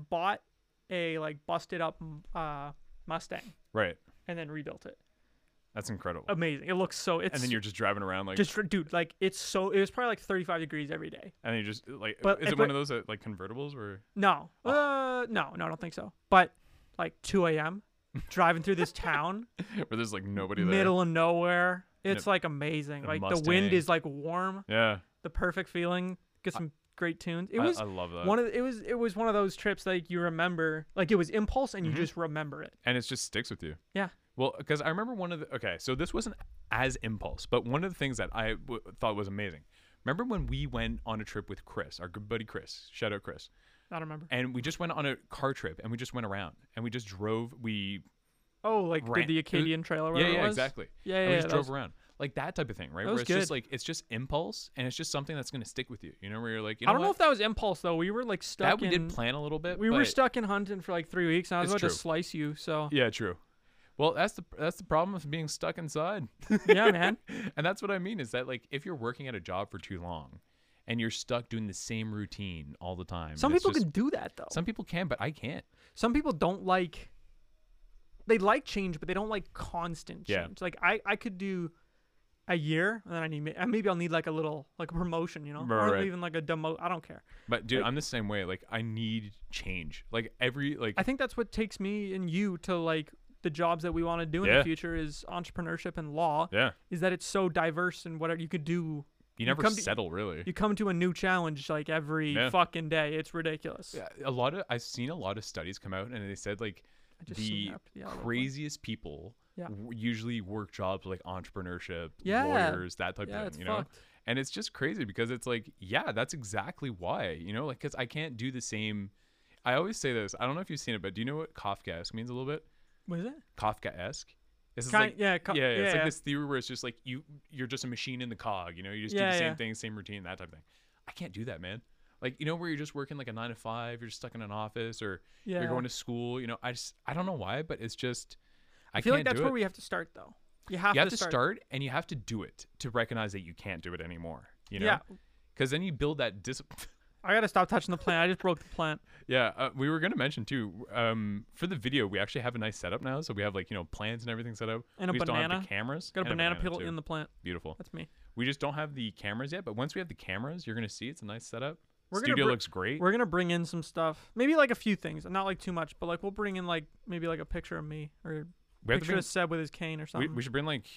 bought a like busted up m- uh, Mustang
Right.
and then rebuilt it.
That's incredible.
Amazing. It looks so. It's
and then you're just driving around like,
Um, just dude, like it's so. It was probably like 35 degrees every day.
and you just like,
but-
is it
but-
one of those uh, like convertibles where?
No,
Oh.
uh, no, no, I don't think so. But like 2
*laughs*
a.m. driving through this town.
where there's like nobody there?
middle of nowhere.
a-
It's like amazing.
a
Like the wind
Mustang.
is like warm,
Yeah,
the perfect feeling. Get some great tunes. It
I-
was
I, love that.
one of the, it was it was one of those trips like you remember. Like it was impulse and you
Mm-hmm.
just remember it.
and it just sticks with you.
Yeah.
Well, because I remember one of the okay, so this wasn't as impulse, but one of the things that I w- thought was amazing. Remember when we went on a trip with Chris, our good buddy Chris? Shout out Chris.
I don't remember.
and we just went on a car trip and we just went around and we just drove we
Oh, like
Ran-
did the
it was-
Acadian Trail or
yeah
whatever
yeah
it was?
exactly
Yeah,
and
yeah,
we just
that
drove
was-
around like that type of thing right
That
where
was
it's just
good.
like it's just impulse and it's just something that's going to stick with you you know where you're like you know
I don't know
what?
if that was impulse though. We were like stuck
that we
in
did plan a little bit
we were
but-
stuck in Huntington for like three weeks and I was
It's
about to
true.
slice you,
*laughs*
so *laughs*
yeah true well that's the that's the problem of being stuck inside
yeah, man.
and that's what i mean is that like if you're working at a job for too long and you're stuck doing the same routine all the time and
Some
it's
people
just-
can do that though.
some people can but i can't
some people don't like they like change but they don't like constant
Yeah.
change like i i could do a year and then i need ma- maybe i'll need like a little like a promotion you know
Right,
or
right.
even like a demo i don't care
but dude i'm the same way like i need change like every like
i think that's what takes me and you to like the jobs that we want to do in
Yeah.
the future is entrepreneurship and law
yeah
is that it's so diverse and whatever you could do
you never
come to-
settle really
you come to a new challenge like every
Yeah.
fucking day it's ridiculous
Yeah, a lot of I've seen a lot of studies come out, and they said like
I just
the
snapped the olive one.
craziest people
Yeah.
w- usually work jobs like entrepreneurship,
Yeah.
lawyers, that type
Yeah,
of
it's
thing. You know,
fucked.
and it's just crazy because it's like, yeah, that's exactly why. You know, like because I can't do the same. I always say this. I don't know if you've seen it, but do you know what Kafkaesque means a little bit?
what is it
Kafkaesque. This is
Kind-
like,
yeah, Ka-
yeah, It's like
yeah.
this theory where it's just like you, you're just a machine in the cog. You know, you just do
Yeah,
the same
yeah.
thing, same routine, that type of thing. I can't do that, man. Like you know, where you're just working like a nine to five, you're just stuck in an office, or
Yeah.
you're going to school. You know, I just I don't know why, but it's just I,
i feel like
can't
that's
do
where
it.
we have to start though you have,
you have
to start,
and you have to do it to recognize that you can't do it anymore. You know,
yeah
because then you build that discipline.
I gotta stop touching the plant. I just broke the plant.
*laughs* Yeah, uh, we were gonna mention too. Um, for the video, we actually have a nice setup now, so we have like you know plans and everything set up.
And a
we just don't have
banana.
the cameras.
Got a
and
banana, peel
too.
in the plant.
beautiful.
That's me.
We just don't have the cameras yet, but once we have the cameras, you're gonna see it's a nice setup.
We're gonna
Studio
br-
looks great.
We're gonna bring in some stuff. Maybe like a few things. Not like too much, but like we'll bring in like maybe like a picture of me or
We, have to
picture
bring,
of Seb with his cane or
we,
something.
we should bring like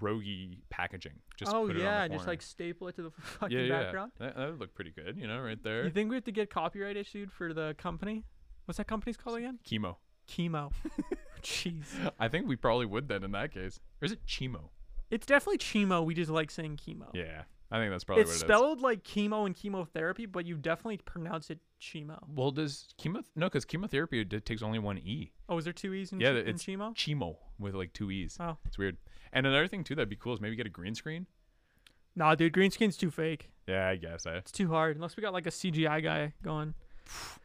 Rogi packaging. Just
oh
put it on the
yeah, just
corner.
like staple it to the *laughs* fucking
yeah, yeah.
background.
That, that would look pretty good, you know, right
You
there.
think we have to get copyright issued for the company? What's that company's called again?
Chemo. *laughs*
chemo. Jeez.
I think we probably would then in that case. Or is it chemo?
It's definitely chemo. We just like saying chemo.
Yeah, I think that's probably
It's
what it is.
spelled like chemo and chemotherapy, but you definitely pronounce it chemo.
Well, does chemo? No, because chemotherapy d- takes only one e.
Oh, is there two E's in,
Yeah,
chi-
it's
in chemo?
Chemo with like two e's.
Oh.
it's weird. And another thing too that'd be cool is maybe get a green screen.
Nah, dude, green skin's too fake.
Yeah, I guess. eh? I
It's too hard. Unless we got like a CGI guy going.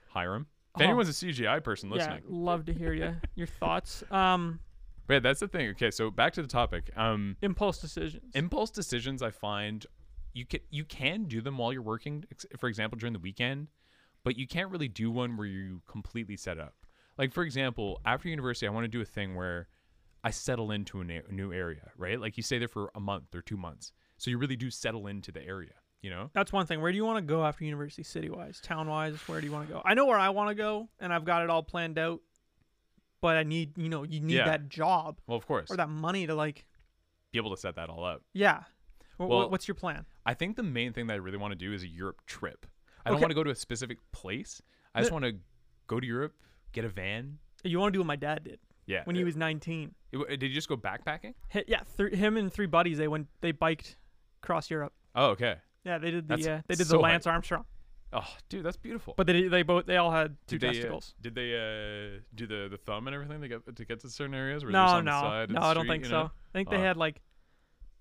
hire him. If
Oh.
anyone's a CGI person
Yeah,
listening,
love to hear you. Your thoughts. Um,
but yeah, that's the thing. Okay, so back to the topic. Um,
impulse decisions.
impulse decisions I find you can you can do them while you're working, ex- for example during the weekend, but you can't really do one where you completely set up. Like for example, after university, I want to do a thing where I settle into a na- new area, right? Like you stay there for a month or two months, so you really do settle into the area, you know?
That's one thing. Where do you want to go after university, city wise, town wise? Where do you want to go? I know where I want to go, and I've got it all planned out. But I need, you know, you need
Yeah.
that job
Well, of course,
or that money to like,
be able to set that all up.
yeah. Wh- wh-
Well-
what's your plan?
I think the main thing that I really want to do is a Europe trip. I don't
Okay.
want to go to a specific place. I just
The-
want to go to Europe, get a van.
You want to do what my dad did
Yeah. Uh,
when he was 19.
It- did you just go backpacking?
Hi yeah, th- him and three buddies they went they biked across Europe.
Oh, okay.
Yeah, they did the
That's
uh, they did
*laughs* so
the
hype.
Lance Armstrong,
Oh, dude, that's beautiful.
but they they both they all had two
did they, uh,
testicles.
did they uh, do the, the thumb and everything to get to get to certain areas? Were they just
No,
on the
no,
side of
no,
the
I don't
street,
think
you
so.
know?
I think they
Oh.
had like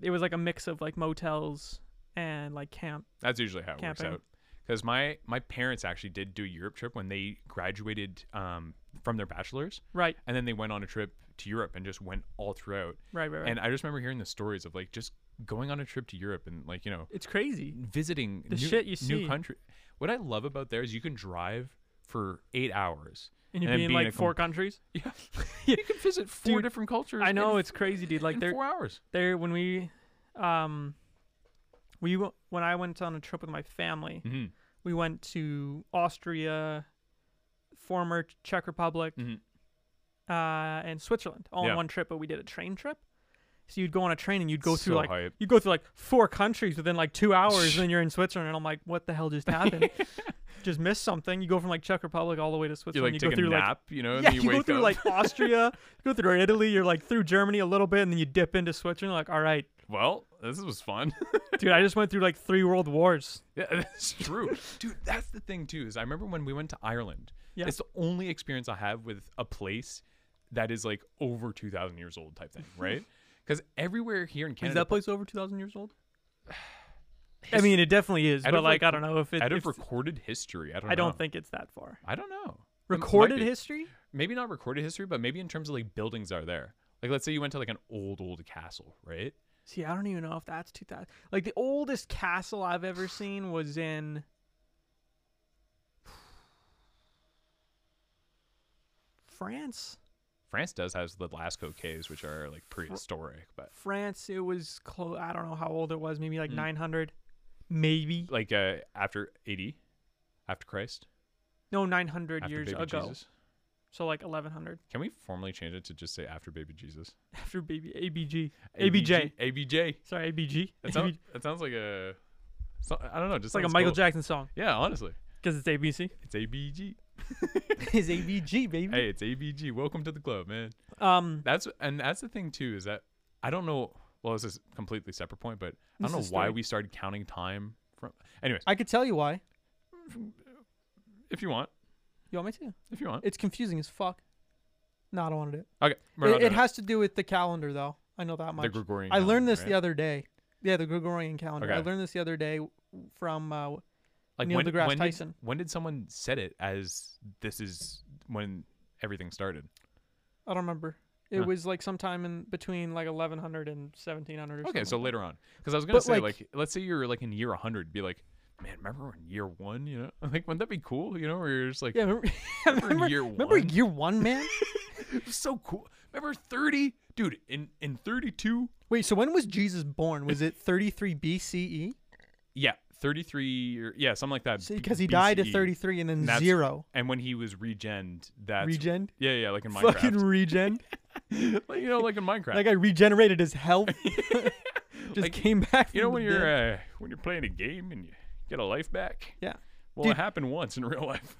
it was like a mix of like motels and like camp.
That's usually how it
Camping.
works out. Because my my parents actually did do a Europe trip when they graduated um, from their bachelors,
Right,
and then they went on a trip to Europe and just went all throughout.
right, right. right.
And I just remember hearing the stories of like just going on a trip to Europe and like you know
it's crazy.
visiting
The
new,
shit you
new
see.
country. What I love about there is you can drive for eight hours
And you're
then
being,
be in a
like four countries. *laughs*
Yeah. *laughs* you can visit four
Dude,
different cultures.
I know
in,
it's crazy, dude. Like
in
they're
four hours.
they're when we, um, we w- when I went on a trip with my family,
Mhm.
we went to Austria, former Czech Republic,
Mhm.
uh, and Switzerland all
Yeah.
in one trip. But we did a train trip, so you'd go on a train and you'd go through
So
like
hype.
you'd go through like four countries within like two
*laughs*
hours, and then you're in Switzerland. And I'm like, what the hell just happened? just missed something. You go from like Czech Republic all the way to
You
Switzerland.
like
you
take
go through
a
like
nap,
*laughs*
you know, and
yeah,
then you,
you, go
wake
through
up.
like Austria, you go through Italy, you're like through Germany a little bit, and then you dip into Switzerland. Like, all right,
*laughs* well, this was fun. *laughs*
dude, I just went through like three world wars.
yeah, that's true, dude. That's the thing too. Is I remember when we went to Ireland.
Yeah.
It's the only experience I have with a place that is like over two thousand years old type thing,
*laughs*
right? Because everywhere here in Canada,
place over two thousand years old? I mean, it definitely is,
Out
but
of,
like,
like,
I don't know if it.
out
if-
of recorded history, I don't.
I don't
know.
think it's that far.
I don't know. It might
Recorded
be.
history?
maybe not recorded history, but maybe in terms of like buildings that are there. Like let's say you went to like an old old castle, right?
See, I don't even know if that's two thousand. Like the oldest castle I've ever seen was in. France,
France does has the Lascaux caves, which are like prehistoric, but
France. It was close. I don't know how old it was. Maybe
Hmm.
like nine hundred, maybe.
like uh, after eighty, after Christ,
No, 900
after
years
baby
ago.
Jesus.
So like 1100
Can we formally change it to just say after baby Jesus?
*laughs* after baby ABG. ABJ.
ABJ.
Sorry, ABG. *laughs*
That
ABG.
sounds, that sounds like a. so- I don't know. Just
It's like a
sounds
Michael
cool.
Jackson song
Yeah, honestly,
because it's ABC.
*laughs* it's ABG.
it's ABG, baby.
Hey, it's ABG. Welcome to the club, man.
Um,
That's and that's the thing too is that I don't know. Well, this is a completely separate point, but I
This
don't know
is
why
story.
we started counting time from. Anyways,
I could tell you why.
if you want,
You want me to?
if you want,
It's confusing as fuck. No, I don't want to do it.
okay. we're not
It, it
doing
has to do with the calendar, though. I know that
the
much.
Gregorian.
I learned
calendar,
this the
right?
other day. Yeah, the Gregorian calendar. I
Okay.
learned this the other day from. Uh,
like
Neil
when,
deGrasse
when
Tyson.
Did, when did someone said it as this is when everything started?
I don't remember. It
Huh.
was like sometime in between like 1100 and 1700 or something.
Okay, so
like
later on, because I was gonna
But,
say
like-
like, let's say you're like in year 100, be like, man, remember in year one? You know, *laughs* like wouldn't that be cool? You know, where you're just like,
that. Yeah, remember, *laughs* remember,
year
remember
one?
year one,
*laughs*
man?
it was so cool. Remember 30, dude? In in 32,
Wait, so when was Jesus born? Was it 33 BCE?
yeah, 33, or, yeah, something like that. b-
Because he died at
BCE.
33 and then
And E. that's-
zero.
and when he was regen, that's
Regen?
Yeah, yeah, like in
Fucking
Minecraft.
regen.
*laughs* like, you
*laughs*
know, like in Minecraft.
that guy regenerated his health.
*laughs*
*laughs* Just
Like,
came back. From
you know when
the dead.
you're uh, when you're playing a game and you get a life back.
yeah,
Well,
Dude.
it happened once in *laughs* real life.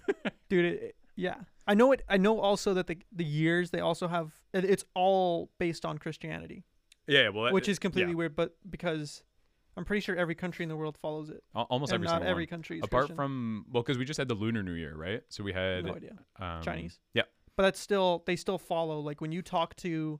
dude. It, Yeah, I know it. I know also that the the years they also have it- it's all based on Christianity,
Yeah, well, that-
which is
Uh, yeah.
completely weird. But because I'm pretty sure every country in the world follows it,
Al- almost
and
every
not
single
every
one.
country is
Apart
Christian.
from well, because we just had the Lunar New Year, right? So we had
no idea.
um,
Chinese.
Yeah,
But that's still they still follow. Like when you talk to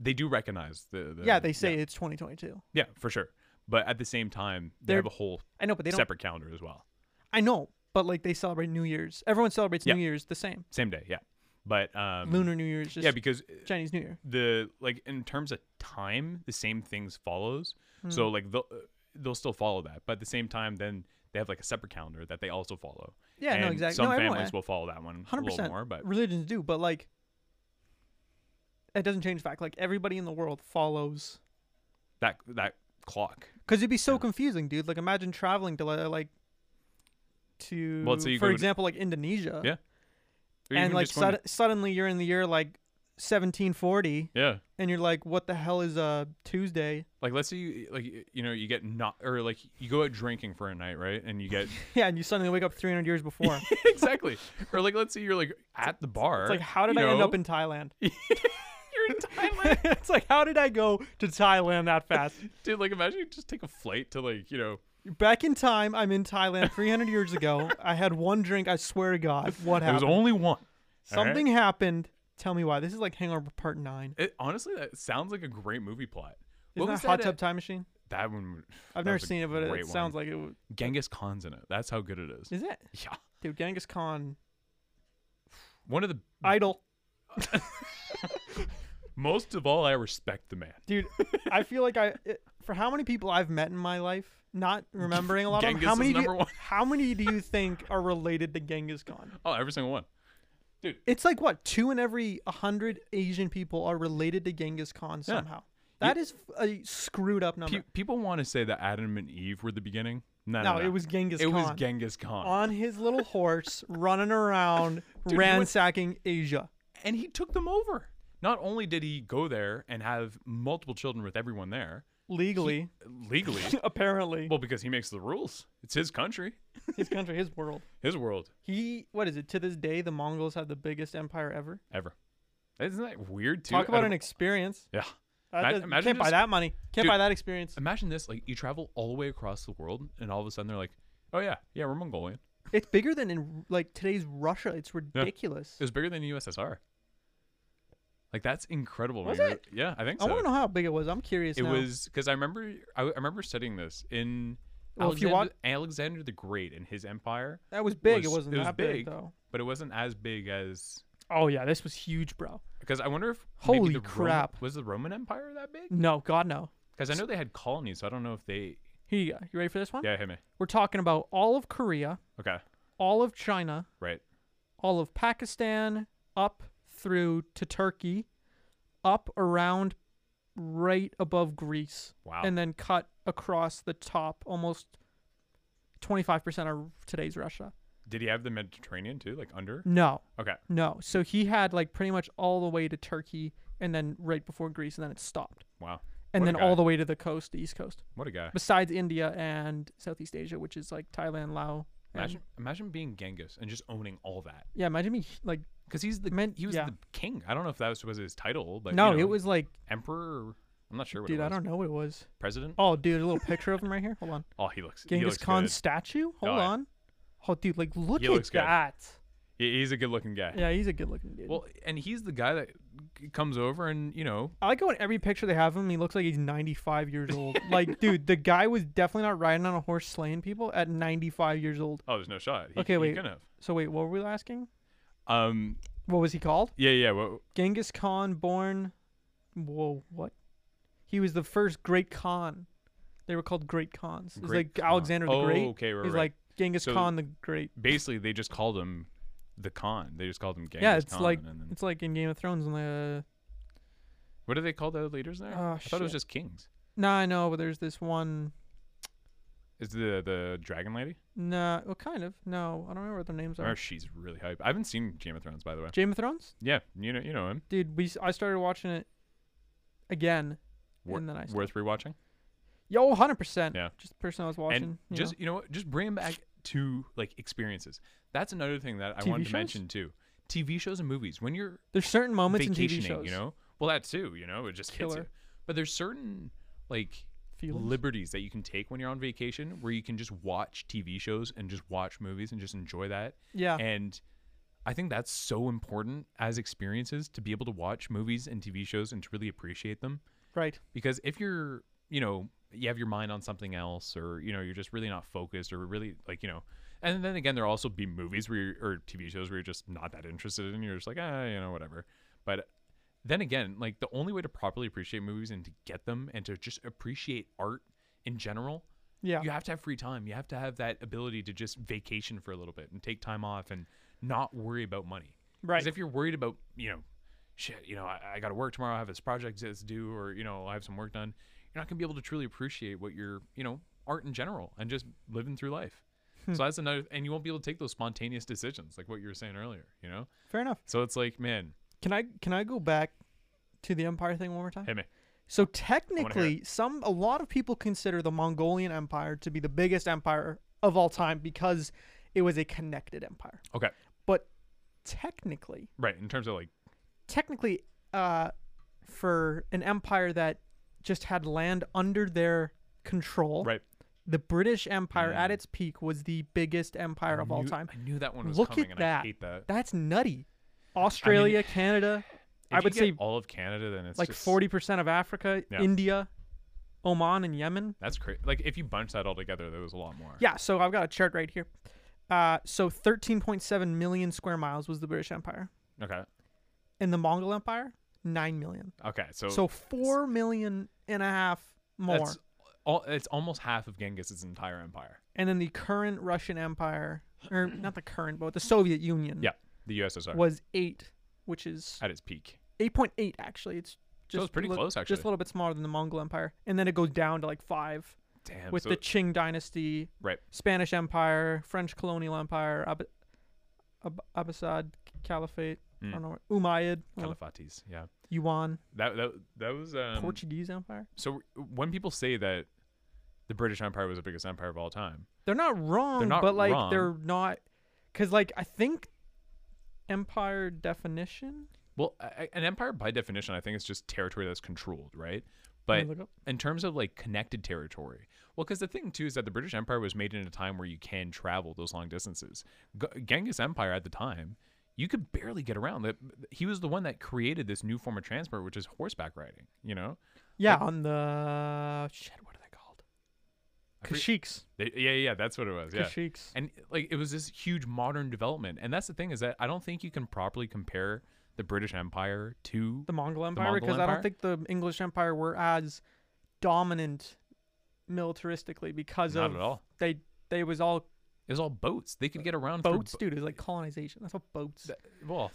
they do recognize the. the
yeah, they say
yeah,
it's 2022.
yeah, for sure. But at the same time, they
They're-
have a whole
I know, but they don't.
separate calendar as well.
I know, but like they celebrate New Year's. Everyone celebrates
Yeah.
New Year's the same.
Same day, yeah. But um,
Lunar New Year's, just
yeah, because
Chinese New Year.
the like in terms of time, the same things follows. So
Hmm.
like they'll they'll still follow that, but at the same time, then they have like a separate calendar that they also follow.
Yeah, no,
And
exactly.
Some
no,
families
everyone,
will follow that one a
hundred
little
percent.
more, but
religions do, but like it doesn't change the fact. Like everybody in the world follows.
that that clock.
Because it'd be so
Yeah.
confusing, dude. Like imagine traveling to li- like to
Well, let's say you
for
go to-
example like Indonesia.
Yeah. Or
And
even
like
just going to-
sud- suddenly you're in the year like 1740
yeah,
and you're like what the hell is uh Tuesday? *laughs*
like let's say you like y- you know you get not or like you go out drinking for a night, right? And
*laughs*
you get
Yeah, and you suddenly wake up 300 years
*laughs*
before. it's
exactly or like let's say you're like at the bar.
like how did
you
I end
know,
up in Thailand?
you're in *laughs* Thailand?
*laughs* it's like how did I go to Thailand that fast?
Dude, like imagine you just take a flight to like you know
Back in time, I'm in Thailand 300 years ago. I had one drink. I swear to God, what
there was
happened?
only one. all right?
Something happened. Tell me why. This is like Hangover Part Nine.
It, honestly, that sounds like a great movie plot.
Isn't that
was
Hot
that, uh,
Tub Time Machine?
That one.
I've
that
never
was a
seen it, but
great
it
one.
sounds like it. would-
Genghis Khan's in it. That's how good it is.
Is it?
*laughs* Yeah,
Dude, Genghis Khan,
one of the
idol.
most of all, I respect the man.
Dude, I feel like I. It, for how many people I've met in my life, not remembering a lot of them.
Genghis
How
is
many? do you-
number one.
How many do you think are related to Genghis Khan?
Oh, every single one.
*laughs* It's like what two in every hundred Asian people are related to Genghis Khan somehow. That is a screwed up number.
Pe- people want to say that Adam and Eve were the beginning. No, no,
no, it was Genghis
it
Khan. Uh,
was Genghis Khan,
on his little *laughs* horse, running around,
he went-
ransacking Asia.
and he took them over. Not only did he go there and have multiple children with everyone there
*laughs* Legally,
legally,
apparently,
well, because he makes the rules. It's his country,
his country, his world.
his world.
He, what is it? To this day, the Mongols have the biggest empire ever.
Ever. Isn't that weird too?
Talk about
Out of-
an experience.
yeah.
That
Ma-
does- you can't
imagine
buy
just-
that money. Can't
Dude.
buy that experience.
Imagine this, like you travel all the way across the world, and all of a sudden they're like, "Oh yeah, yeah, we're Mongolian."
It's bigger than in like today's Russia. It's ridiculous.
It was bigger than the USSR. Like that's incredible. when
Was
you re-
it?
Yeah, I think
I
so.
want to know how big it was. I'm curious.
it
now.
was because I remember I, I remember studying this in
Well, if you
Alexander,
want-
Alexander the Great and his empire,
that was big.
was-
it wasn't
it was
that
big.
big though.
but it wasn't as big as
Oh yeah, this was huge, bro.
because I wonder if maybe
Holy
the Roman-
crap.
was the Roman Empire that big?
No, God no.
Because I know they had colonies, so I don't know if they.
Here you go. You ready for this one?
Yeah, hit me.
We're talking about all of Korea,
Okay,
all of China,
right.
all of Pakistan, up through to Turkey, up around right above Greece,
Wow.
and then cut across the top almost 25% of today's Russia.
Did he have the Mediterranean too, like under?
No,
Okay.
no. So he had like pretty much all the way to Turkey and then right before Greece, and then it stopped.
Wow.
And
What a
then
guy.
all the way to the coast, the East Coast,
What a guy.
besides India and Southeast Asia, which is like Thailand, Laos. and-
Imagine, imagine being Genghis and just owning all that.
yeah, imagine me like
Because he's the
Man-
he was
yeah.
the king. I don't know if that was, was his title, but you
no,
know,
it was like
emperor. Or, I'm not sure what
dude,
it
I
was.
don't know what it was.
President.
Oh, dude, a little picture of him right here. Hold on.
Oh, he looks. he
Genghis
looks
Khan
good.
statue. Hold
Oh, yeah.
on. Oh, dude, like look
He
at
looks good.
that.
He- he's a good-looking guy.
Yeah, he's a good-looking dude.
Well, and he's the guy that g- comes over and you know
I like how in every picture they have him, he looks like he's 95 years old. like, *laughs* dude, the guy was definitely not riding on a horse slaying people at 95 years old.
oh there's no shot. He,
Okay,
he
wait.
couldn't have.
So wait, what were we asking?
Um.
What was he called?
Yeah. Yeah. Well,
Genghis Khan, born. Whoa, what? He was the first Great Khan. They were called Great Khans. It's
Great
like Alexander the
Khan. Oh,
Great.
okay, right,
He's
right.
like Genghis
So-
Khan the Great.
basically, they just called him the Khan. They just called him Genghis
Yeah, it's
Khan,
like
And then,
it's like in Game of Thrones. When the uh,
what do they call the leaders there?
Oh,
I thought it was
shit.
just kings.
nah, I know, but there's this one.
Is the the dragon lady?
Nah, well, kind of. No, I don't remember what their names
Oh,
are.
she's really hype. I haven't seen Game of Thrones by the way.
Game of Thrones,
Yeah, you know you know him.
dude. We s- I started watching it again,
Wor-
and then I stopped.
worth rewatching.
yo, hundred percent.
Yeah.
just the person I was watching.
and
you
just
know.
you know what? Just bring him back to like experiences. That's another thing that I
TV
wanted
shows?
to mention too. TV shows and movies. When you're
There's certain moments in TV
vacationing,
shows.
you know. Well, that too, you know, it just hits
Killer.
you. But there's certain like
Feelings?
liberties that you can take when you're on vacation, where you can just watch TV shows and just watch movies and just enjoy that.
Yeah.
And I think that's so important as experiences to be able to watch movies and TV shows and to really appreciate them.
right.
Because if you're, you know, you have your mind on something else or, you know, you're just really not focused or really like, you know, and then again, there'll also be movies where you're, or TV shows where you're just not that interested in. You're just like, ah, you know, whatever. But then again, like the only way to properly appreciate movies and to get them and to just appreciate art in general
Yeah.
you have to have free time. You have to have that ability to just vacation for a little bit and take time off and not worry about money. 'Cause
Right.
if you're worried about, you know, shit, you know, I, I got to work tomorrow. I have this project that's due, or you know, I have some work done. You're not gonna be able to truly appreciate what your, you know, art in general and just living through life.
Hmm.
so that's another, and you won't be able to take those spontaneous decisions like what you were saying earlier. You know,
Fair enough.
so it's like, man,
Can I can I go back to the empire thing one more time?
hey man,
So technically, some a lot of people consider the Mongolian Empire to be the biggest empire of all time because it was a connected empire.
okay,
But technically,
right. In terms of like,
technically, uh, for an empire that just had land under their control,
right, Mm.
the British Empire at its peak was the biggest empire of all
Knew-
time.
I knew that one was
Look
coming,
at
and
that.
I hate that.
That's nutty. Australia, Canada,
If
I
you
would
get
say
all of Canada, then it's
like
just-
forty percent of Africa,
Yeah.
India, Oman, and Yemen.
That's crazy. Like if you bunch that all together, there was a lot more.
Yeah, so I've got a chart right here. Uh, so 13.7 million square miles was the British Empire,
Okay.
and the Mongol Empire 9 million.
Okay. So
So four million and a half more,
that's all. It's almost half of Genghis's entire empire.
and then the current Russian Empire,
*clears throat*
or not the current, but the Soviet Union
Yeah. The USSR
was eight, which is
at its peak.
8.8 actually. It's
So
just
it's pretty
a lit-
close,
just
actually.
a little bit smaller than the Mongol Empire, and then it goes down to like five
Damn.
with
so-
the Qing Dynasty,
right.
Spanish Empire, French colonial empire, Ab- Ab- Abbasid Caliphate, I
Mm.
don't know, Umayyad, well,
Caliphates. Yeah.
Yuan,
That that that was. Um,
Portuguese Empire.
so when people say that the British Empire was the biggest empire of all time,
They're not wrong,
not
but like
wrong.
they're not, because like I think empire definition.
well, a- a- an empire by definition, I think it's just territory that's controlled, right?
Let
But
me look up.
in terms of like connected territory well because the thing too is that the british empire was made in a time where you can travel those long distances G- genghis empire at the time you could barely get around that he was the one that created this new form of transport which is horseback riding you know
yeah, on the shit. What are they called?
I forget-
Kashyyyks.
They- yeah yeah, yeah that's what it was yeah
Kashyyyks.
and like it was this huge modern development and that's the thing is that i don't think you can properly compare the british empire to
The Mongol Empire,
Mongol
because I don't
Empire?
think the English Empire were as dominant militaristically because
not
of
at all
they they was all
it was all boats they could get around through
boats,
bo-
dude. It was like colonization. That's what boats.
well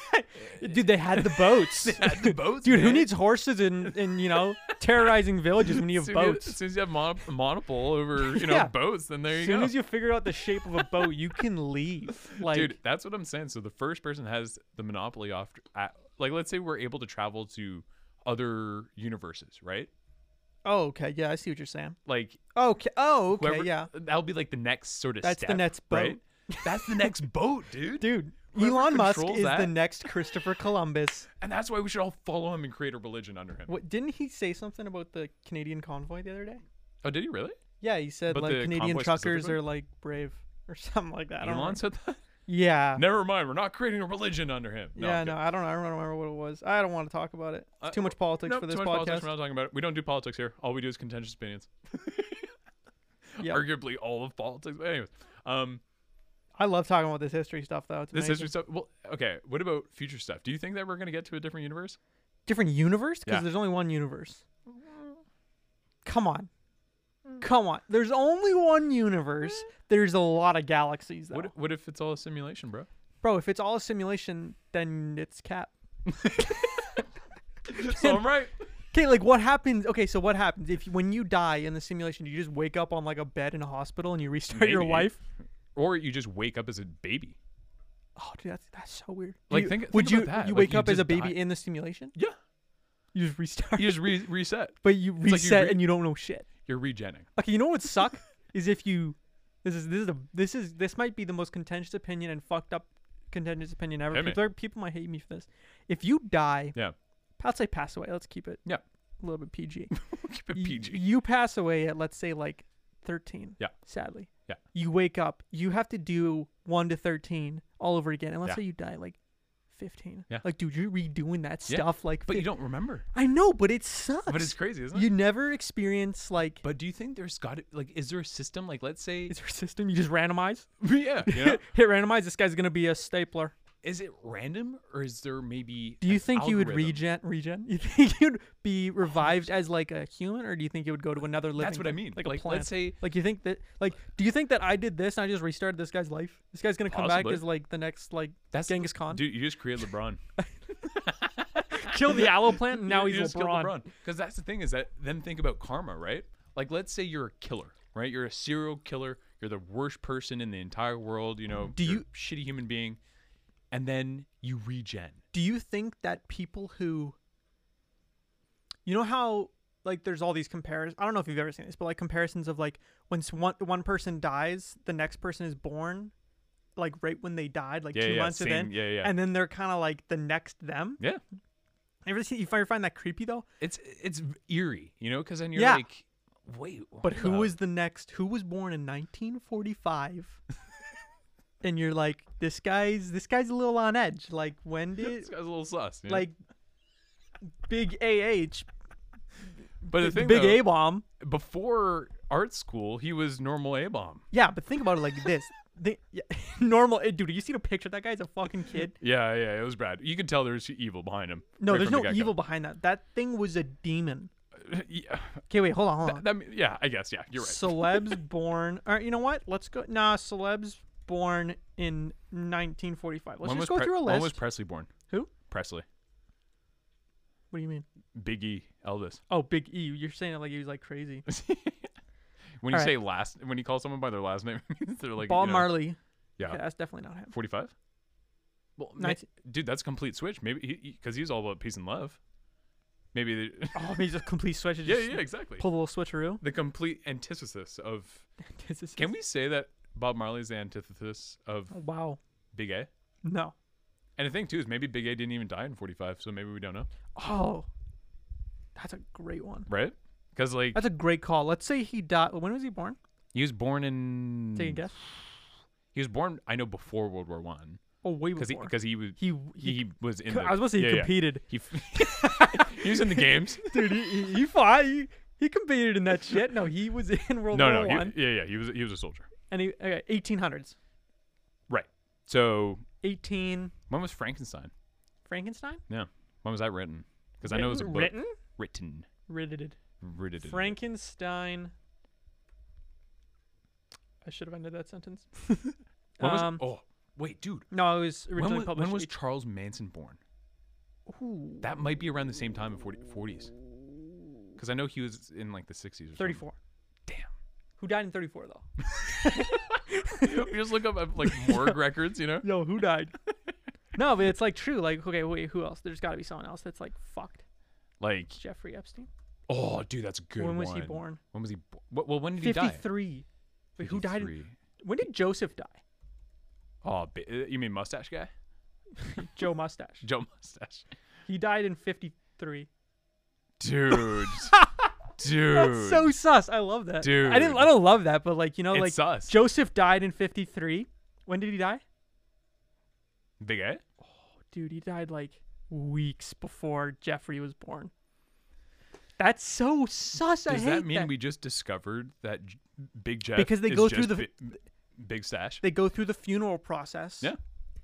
*laughs* dude, they had
*laughs*
the boats.
had the boats
dude, who
man.
needs horses and and you
*laughs*
know terrorizing villages when you have
soon As,
boats?
soon as you have mon- monopole
*laughs*
over you know
Yeah.
boats, then there you
As soon
go.
as you figure out the shape of a boat, you can leave.
*laughs*
Like,
Dude, that's what I'm saying. So the first person has the monopoly off. At, like, let's say we're able to travel to other universes, right?
oh, okay, yeah, I see what you're saying.
Like,
Okay, oh, okay,
whoever,
yeah,
that'll be like the next sort of.
That's the
step,
next
Right? That's the next boat, dude.
dude.
Whoever
Elon Musk
controls
is the
that-
next
*laughs*
Christopher Columbus.
And that's why we should all follow him and create a religion under him.
What didn't he say something about the Canadian convoy the other day?
Oh, did he really?
Yeah, he said
About
like
the
Canadian
convoy
truckers
specifically?
are like brave or *laughs* something like that. I don't
Elon
remember.
said
*laughs*
that.
yeah,
Never mind. We're not creating a religion under him. No,
yeah,
I'm
no,
kidding.
I don't know. I don't remember what it was. I don't want to talk about it. It's
Uh,
too much politics
Nope,
for
too
this
much
podcast.
Politics. We're not talking about it. We don't do politics here. All we do is contentious opinions.
*laughs*
*laughs*
Yep.
Arguably all of politics. But anyways, um,
I love talking about this history stuff though. It's
this
amazing.
history stuff. Well, okay. What about future stuff? Do you think that we're gonna get to a different universe?
different universe because
Yeah. Mm.
there's only one universe. Come on, come on. There's only one universe. There's a lot of galaxies though.
Mm. What if- What if it's all a simulation,
*laughs*
bro?
Bro, if it's all a simulation, then it's cap.
so I'm right.
Okay, like what happens? Okay, so what happens if when you die in the simulation? Do you just wake up on like a bed in a hospital and you restart your
Maybe.
life?
Or you just wake up as a baby.
Oh, dude, that's that's so weird. Do
Like,
you-
think-
would
think
you
about that.
you
Like,
wake
you
up as
just
a baby
die.
in the simulation?
Yeah.
You just restart,
*laughs* You just re- reset.
but you
like you
reset
re-
and you don't know shit.
You're regening. *laughs*
Okay, you know what would suck is if you This is this is the this is this might be the most contentious opinion and fucked up contentious opinion ever.
Hit me.
People, are, people might hate me for this. If you die,
Yeah.
let's say pass away. Let's keep it.
Yeah.
A little bit PG.
Keep it
Y- *laughs*
PG.
you pass away at let's say like 13.
Yeah.
Sadly.
Yeah.
You wake up. You have to do one to 13 all over again. And let's
Yeah.
say you die like 15.
Yeah.
Like, dude, you're redoing that
Yeah.
stuff. Like,
but you
fif-
don't remember.
I know, but it sucks.
But it's crazy, isn't it?
you never experience like.
But do you think there's got to, like, is there a system? Like, let's say,
is there a system? You just randomize.
yeah, *laughs* you know?
*laughs* Hit randomize. This guy's gonna be a stapler.
is it random or is there maybe?
Do you
an
think you would
algorithm?
regen? Regen? *laughs* You think you'd be revived as like a human, or do you think you would go to another living?
That's what I
thing,
mean.
Like,
Like,
a plant.
let's say,
like you think that? Like, do you think that I did this and I just restarted this guy's life? This guy's gonna come back
Possibly.
as like the next
*laughs*
like
That's-
Genghis Khan.
dude, you just create LeBron.
Kill the aloe plant and *laughs* now
You
he's
just killed
LeBron.
Because that's the thing is that then think about karma, right? Like, let's say you're a killer, right? You're a serial killer. You're the worst person in the entire world. You know,
Do
you're a
you-
shitty human being, and then you regen.
Do you think that people who, you know how like there's all these comparisons. I don't know if you've ever seen this, but like comparisons of like when s- one one person dies, the next person is born, like right when they died, like
Yeah,
two
yeah,
months and then,
same- yeah, yeah.
and then they're kind of like the next them.
Yeah,
You ever see? You find, find that creepy though.
it's it's eerie, you know, because then you're
Yeah.
like, wait,
But who
hold up.
was the next? Who was born in 1945? and you're like, this guy's this guy's a little on edge. Like when did
*laughs* this guy's a little sus? you know?
like big AH,
but the
the
thing,
big
though,
A bomb?
before art school, he was normal A bomb.
Yeah, but think about it like this. *laughs* The, yeah, normal eh, dude. You see the picture? That guy's a fucking
*laughs*
kid.
Yeah, yeah, it was bad. You could tell there's evil behind him.
No,
right
there's
from the
no
get-go.
evil behind that. That thing was a demon.
*laughs* yeah,
Okay, wait, hold on, hold on.
that mean- yeah, I guess. Yeah, you're right. *laughs*
Celebs born. All right, you know what? Let's go. Nah, celebs born in 1945. Let's
When was
just go
Pre-
through a
When
list.
was Presley born?
Who?
Presley,
What do you mean?
Biggie,
*laughs*
Elvis.
Oh, Big E. You're saying it like he was like crazy.
when you
All right.
say last, when you call someone by their last name, *laughs* it means they're like
Bob
you know,
Marley.
Yeah.
Okay, that's definitely not him. *laughs*
45. Well, ma-
Nineteen-
dude, that's a complete switch. Maybe because he, was all about peace and love. Maybe. They-
*laughs* Oh, he's a complete switch.
*laughs* yeah,
just
yeah, exactly.
Pull a little switcheroo.
the complete antithesis of.
*laughs* This is-
Can we say that Bob Marley is the antithesis of
Oh, wow.
Big A?
No.
And the thing too is maybe Big A didn't even die in 45, so maybe we don't know,
Oh, that's a great one.
right? Because like
That's a great call. Let's say he died. When was he born?
he was born in.
Take a guess.
He was born, I know, before World War One.
Oh, way
Because he,
before.
because he was
he,
he, was in.
co-
the,
I was about to say
yeah,
he
yeah. *laughs*
competed. *laughs*
He, f- he was in the games.
Dude, he, he, he fought. He, he competed in that shit. No, he was *laughs* in *laughs* World
no,
War
no,
One.
he, yeah, yeah, he was he was a soldier.
And he, okay, 1800s.
Right. So
18
when was Frankenstein?
Frankenstein?
Yeah, when was that written? Because I know it was a book.
Written?
Written.
Ridded.
Written.
Frankenstein. I should have ended that sentence.
*laughs* When was,
um,
oh, wait, dude.
No, it was
When
originally
was,
published.
when was
eight-
Charles Manson born?
Ooh,
That might be around the same time in 40, 40s. Because I know he was in like the 60s or something.
34.
Damn.
Who died in 34,
*laughs*
though?
you *laughs* just look up uh,
*laughs*
like morgue records, you know?
Yo, who died? *laughs* no, but it's like true. Like, okay, wait, who else? There's got to be someone else that's like fucked.
Like,
Jeffrey Epstein.
oh, dude, that's a good
when
one.
was he born?
When was he born? Well, when did he die?
53. Wait, who died? in-
53.
When did Joseph die?
Oh, bi- uh, you mean mustache guy? *laughs*
Joe Mustache.
Joe Mustache.
He died in 53.
Dude. *laughs* Dude.
That's so sus. I love that. I didn't. I
Dude.
don't love that, but like you know,
It's
like
sus.
Joseph died in 53. When did he die?
Big A?
dude, he died like weeks before Jeffrey was born. That's so sus. I
Does
hate
that mean we just discovered that J- Big Jeff
Because they
is
go through
just
the-
Bi- Big Stash?
They go through the funeral process.
Yeah.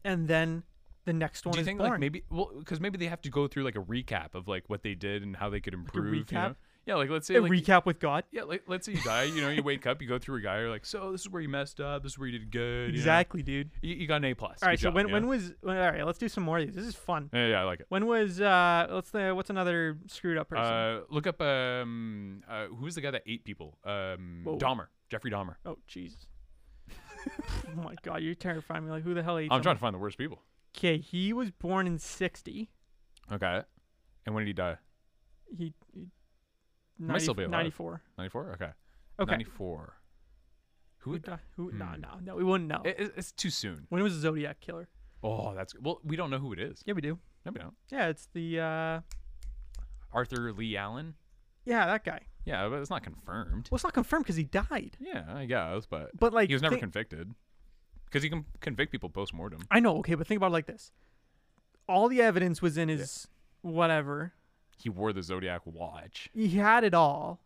And then the next one
Do you
is
think
born.
like maybe well because maybe they have to go through like a recap of like what they did and how they could improve. You know?
recap?
Yeah, like let's say
a
like,
recap with God.
yeah, like, let's say you die, you know, you wake up, you go through a guy, you're like, so this is where you messed up, this is where you did good. you know?
Exactly, dude.
You, you, got an A plus.
All right.
Good
So
job,
when
you
when
know?
was when, all right? Let's do some more of these. This is fun.
yeah, yeah, I like it.
When was uh? Let's say what's another screwed up person?
Uh, look up um, uh, who was the guy that ate people? Um,
Whoa.
Dahmer, Jeffrey Dahmer.
oh Jesus. *laughs* oh my God, you're terrifying me. Like who the hell?
I'm trying to find the worst people.
Okay, he was born in 60.
Okay, and when did he die?
He, he
might still
90
be alive.
94.
94. Okay.
Okay.
94. Who
Who?
would? Hmm.
di- who No, no, no. We wouldn't know.
It, it- it's too soon.
when was the Zodiac killer?
Oh, that's well. We don't know who it is.
Yeah, we do.
No, we don't.
Yeah, it's the uh,
Arthur Lee Allen.
yeah that guy.
Yeah, but it's not confirmed.
Well, it's not confirmed because he died.
Yeah, I guess, but
But like,
he was never
thi-
convicted because you can convict people post mortem.
I know. Okay, but think about it like this: all the evidence was in his whatever.
He wore the zodiac watch.
He had it all.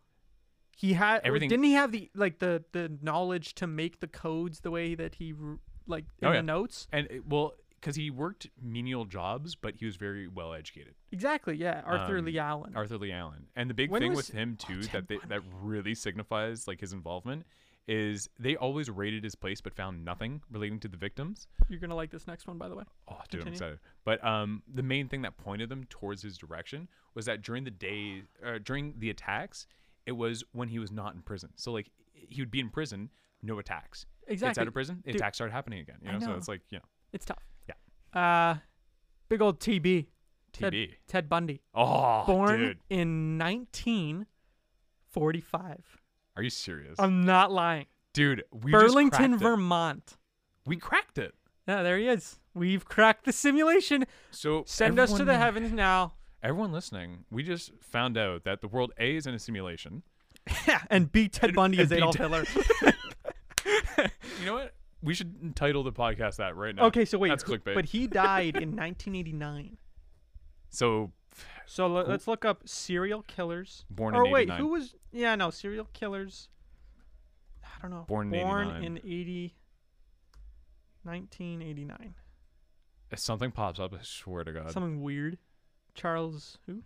He had
Everything-
Didn't he have the like the the knowledge to make the codes the way that he r- like in
Oh,
the
yeah.
notes?
And it- well, because he worked menial jobs, but he was very well educated.
Exactly. Yeah, Arthur
Um,
Lee Allen.
Arthur Lee Allen. And the big
When
thing
was-
with him
Oh,
too
Ted
that they, that really signifies like his involvement is they always raided his place but found nothing relating to the victims.
You're gonna like this next one, by the way.
Oh, dude,
Continue.
I'm excited. But um, the main thing that pointed them towards his direction was that during the day, uh, during the attacks, it was when he was not in prison. So like he would be in prison, no attacks. Gets
Exactly.
out of prison, the
Dude.
attacks start happening again. You
I
know, so
know.
it's like you know,
It's tough.
Yeah.
Uh, big old TB. Ted-
TB.
Ted Bundy,
Oh,
born
dude,
in 1945.
are you serious,
I'm not lying.
dude? We just
Burlington,
cracked it.
Vermont.
We cracked it.
Yeah, there he is. We've cracked the simulation.
So
Send us to the
everyone-
heavens now.
Everyone listening, we just found out that the world A is in a simulation.
and beat Ted Bundy
and
as
beat
Adolf
Ted-
Hitler. *laughs*
You know what? We should title the podcast that right *laughs* now.
okay, so wait.
that's
who-
clickbait.
But he died in 1989.
so
So l- let's look up serial killers.
Born
or
in
wait,
89.
who was? Yeah, no, serial killers. I don't know.
Born in
born
89.
in 80, 1989.
If uh, something pops up, I swear to God.
Something weird. Charles who?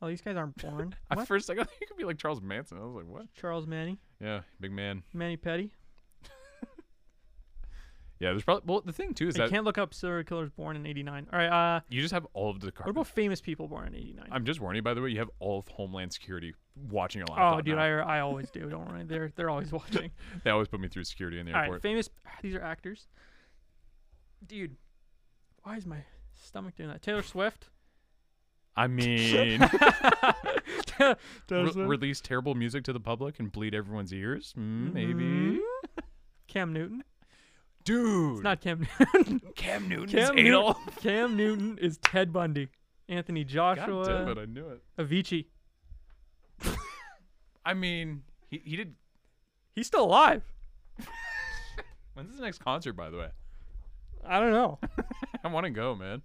Oh, these guys aren't born.
At
what?
first, *laughs* I thought you could be like Charles Manson. I was like, what?
Charles Manny,
Yeah, big man.
Manny Petty.
Yeah, there's probably. Well, the thing too is
I
that
can't look up serial killers born in '89. All right. Uh,
you just have all of the. Car-
what about famous people born in '89?
I'm just warning you, by the way. You have all of Homeland Security watching your laptop.
Oh, dude,
now.
I, I always do. Don't worry, they're they're always *laughs* watching.
they always put me through security in the
All right,
airport.
famous. ah, These are actors. Dude, why is my stomach doing that? Taylor Swift. *laughs*
I mean,
Taylor
re- release terrible music to the public and bleed everyone's ears. Mm, maybe,
Cam Newton.
dude.
Mm-hmm. It's not Cam Newton. *laughs*
Cam Newton.
Cam, Newton. *laughs* Cam Newton is Ted Bundy. Anthony
God damn it!
Joshua.
I knew it.
Avicii.
I mean, he, he did.
He's still alive.
When's his next concert, by the way? *laughs*
I don't know.
I want to go, man.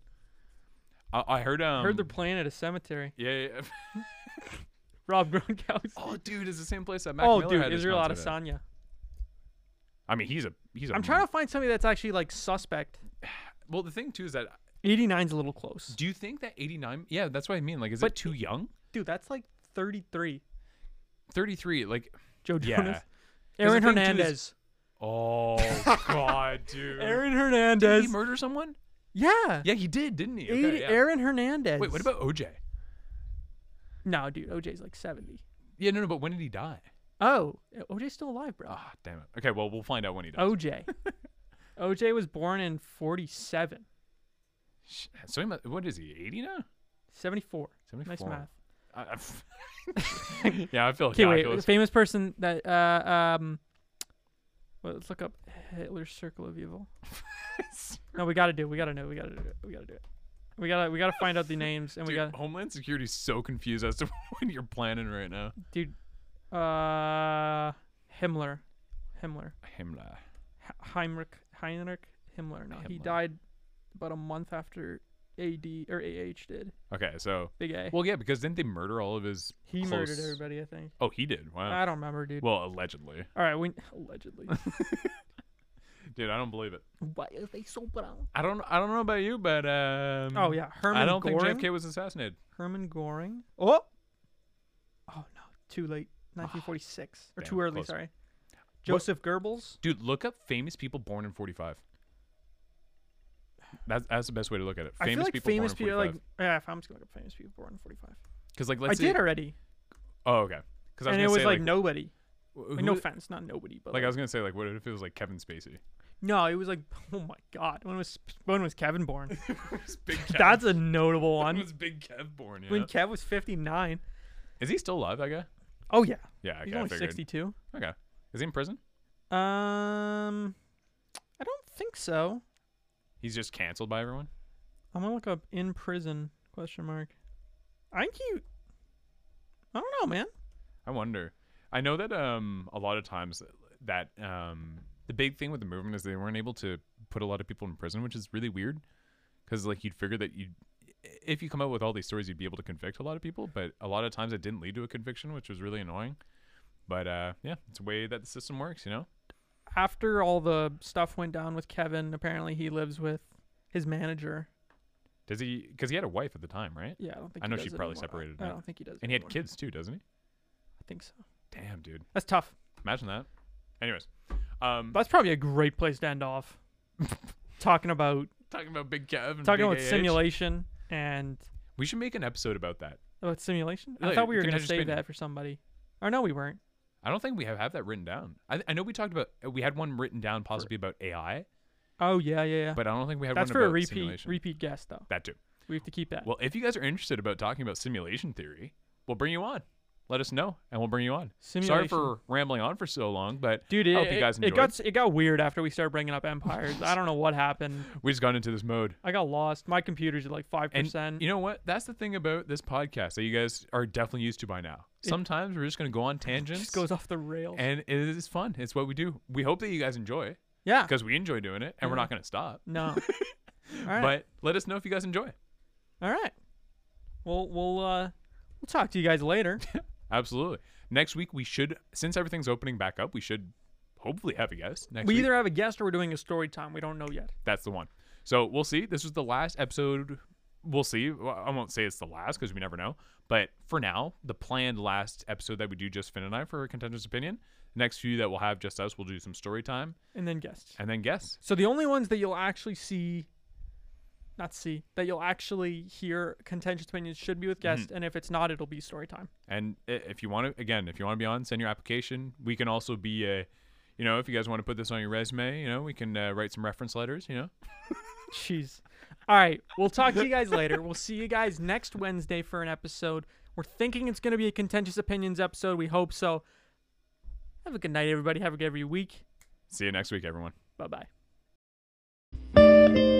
I, I heard. Um,
I Heard they're playing at a cemetery.
Yeah. yeah, *laughs* yeah.
Rob *laughs* Gronkowski.
Oh, dude, it's the same place that Mac
Oh,
Miller
dude,
had his
Israel
concert at.
Adesanya.
I mean, he's a he's a.
I'm trying to find somebody that's actually like suspect.
Well, the thing too is that
89's a little close.
do you think that 89? Yeah, that's what I mean. Like, is it
But-
too young?
Dude, that's like 33.
33. Like,
Joe
Yeah.
Jonas.
'Cause
Aaron
the thing, too,
Hernandez.
is-
*laughs*
oh god, dude.
Aaron
did
Hernandez.
he murder someone?
yeah.
Yeah, he did, didn't he?
80,
Okay, yeah.
Aaron Hernandez.
Wait, what about OJ?
No, dude, OJ's like 70.
Yeah, no, no. But when did he die?
Oh, OJ's still alive, bro. *laughs*
Ah, damn it. Okay, well, we'll find out when he dies.
OJ. OJ was born in 47.
Sh- So he must, what is he? 80 now?
74. Nice
74.
math.
I-
*laughs*
I f- yeah, I feel
Okay, *laughs* wait. The
calculus.
famous person that uh um well, let's look up Hitler's circle of evil. No, we gotta do. it, We gotta know. We gotta do it. We gotta do it. We gotta we gotta find
*laughs*
out the names and we
Dude,
gotta
Homeland Security's so confused as to *laughs* what you're planning right now.
dude. Uh, Himmler, Himmler,
Himmler.
H- Heinrich, Heinrich Himmler. No, he
Himmler.
died about a month after A.D. or A.H. did.
Okay, so
Big A.
well, yeah, because didn't they murder all of his?
he
close...
murdered everybody. I think.
Oh, he did. Wow.
I don't remember, dude.
well, allegedly,
All right, we
*laughs*
allegedly.
dude. I don't believe it.
Why are they so brown?
I don't. I don't know about you, but um.
Oh yeah, Herman
I don't
Goring.
think JFK was assassinated.
Herman Goring. Oh. Oh no, too late. 1946 or
Ah. Damn,
too early.
close.
Sorry. Joseph Goebbels.
Dude, look up famous people born in forty-five. That's that's the best way to look at it. Famous
I feel like
people
famous
born in
people,
forty-five.
like yeah, if I'm just gonna look up famous people born in 45.
Because like, let's
I did
say.
already,
Oh, okay. Because I was
and
gonna
it was
say,
like, nobody.
wh-
Like,
who-
no offense, not nobody, but
Like
like,
I was gonna say, like, what if it was like Kevin *laughs* Spacey?
no, it was like *laughs* oh my god, when was when was Kevin born?
It's big Kev.
That's a notable
When *laughs*
one.
was Big Kev born? Yeah.
When Kev was 59.
Is he still alive? That guy?
Oh yeah,
Yeah. Okay,
he's
I
only
figured.
62.
Okay. Is he in prison?
Um, I don't think so.
He's just canceled by everyone.
I'm gonna look up in prison question mark. I think you. I don't know, man.
I wonder. I know that um a lot of times that um the big thing with the movement is they weren't able to put a lot of people in prison, which is really weird because like you'd figure that you if you come up with all these stories you'd be able to convict a lot of people, but a lot of times it didn't lead to a conviction, which was really annoying. But uh yeah, it's the way that the system works, you know.
After all the stuff went down with Kevin, apparently he lives with his manager.
Does he cuz he had a wife at the time, right?
Yeah, I don't think.
I
he
know
does
she probably
anymore.
separated
I, I
now.
don't think he does.
And he had
anymore.
kids too, doesn't he?
I think so.
Damn, dude.
That's tough.
Imagine that. Anyways, um
That's probably a great place to end
*laughs*
off. talking about
talking about Big Kev and
talking about
Big AH.
simulation and
We should make an episode about that.
about simulation.
No,
I thought we were
can I
gonna
just
save
spin it?
that for somebody. Or no, we weren't.
I don't think we have, have that written down. I, I know we talked about we had one written down possibly about AI,
Oh yeah, yeah, yeah.
but I don't think we had
That's
one
for a
about
repeat
simulation.
repeat guest though.
that too.
We have to keep that.
Well, if you guys are interested about talking about simulation theory, we'll bring you on. Let us know, and we'll bring you on. Sorry
Simulation.
for rambling on for so long, but
Dude,
I
it,
hope you guys
it, it
enjoyed.
got s- it got weird after we started bringing up empires. I don't know what
*laughs*
happened.
we just got into this mode.
I got lost. My computer's at like five
And
percent.
you know what? That's the thing about this podcast that you guys are definitely used to by now. Sometimes we're just going
*laughs*
to go on tangents,
just goes off the rails.
and it is fun. It's what we do. We hope that you guys enjoy
yeah.
because we enjoy doing it, and we're
Yeah.
not going to stop. *laughs*
No. All right.
But let us know if you guys enjoy.
All right. Well, we'll uh, we'll talk to you guys
*laughs*
later.
Absolutely. Next week we should, since everything's opening back up, we should hopefully have a guest next
we
week.
either have a guest or we're doing a story time. We don't know yet.
That's the one. So we'll see. This was the last episode. We'll see. Well, I won't say it's the last because we never know. But for now, the planned last episode that we do just Finn and I for a contender's opinion. Next few that we'll have just us, we'll do some story time
And then guests.
and then guess.
So the only ones that you'll actually see, not see, that you'll actually hear contentious opinions should be with guests. And if it's not, it'll be story time. *laughs*
And i- if you want to, again, if you want to be on, send your application. We can also be a, you know, if you guys want to put this on your resume, you know, we can uh, write some reference letters. You know,
Jeez. All right. We'll talk to you guys later. We'll see you guys next Wednesday for an episode. We're thinking it's going to be a contentious opinions episode. We hope so. Have a good night, everybody. Have a good every week.
see you next week, everyone.
Bye bye.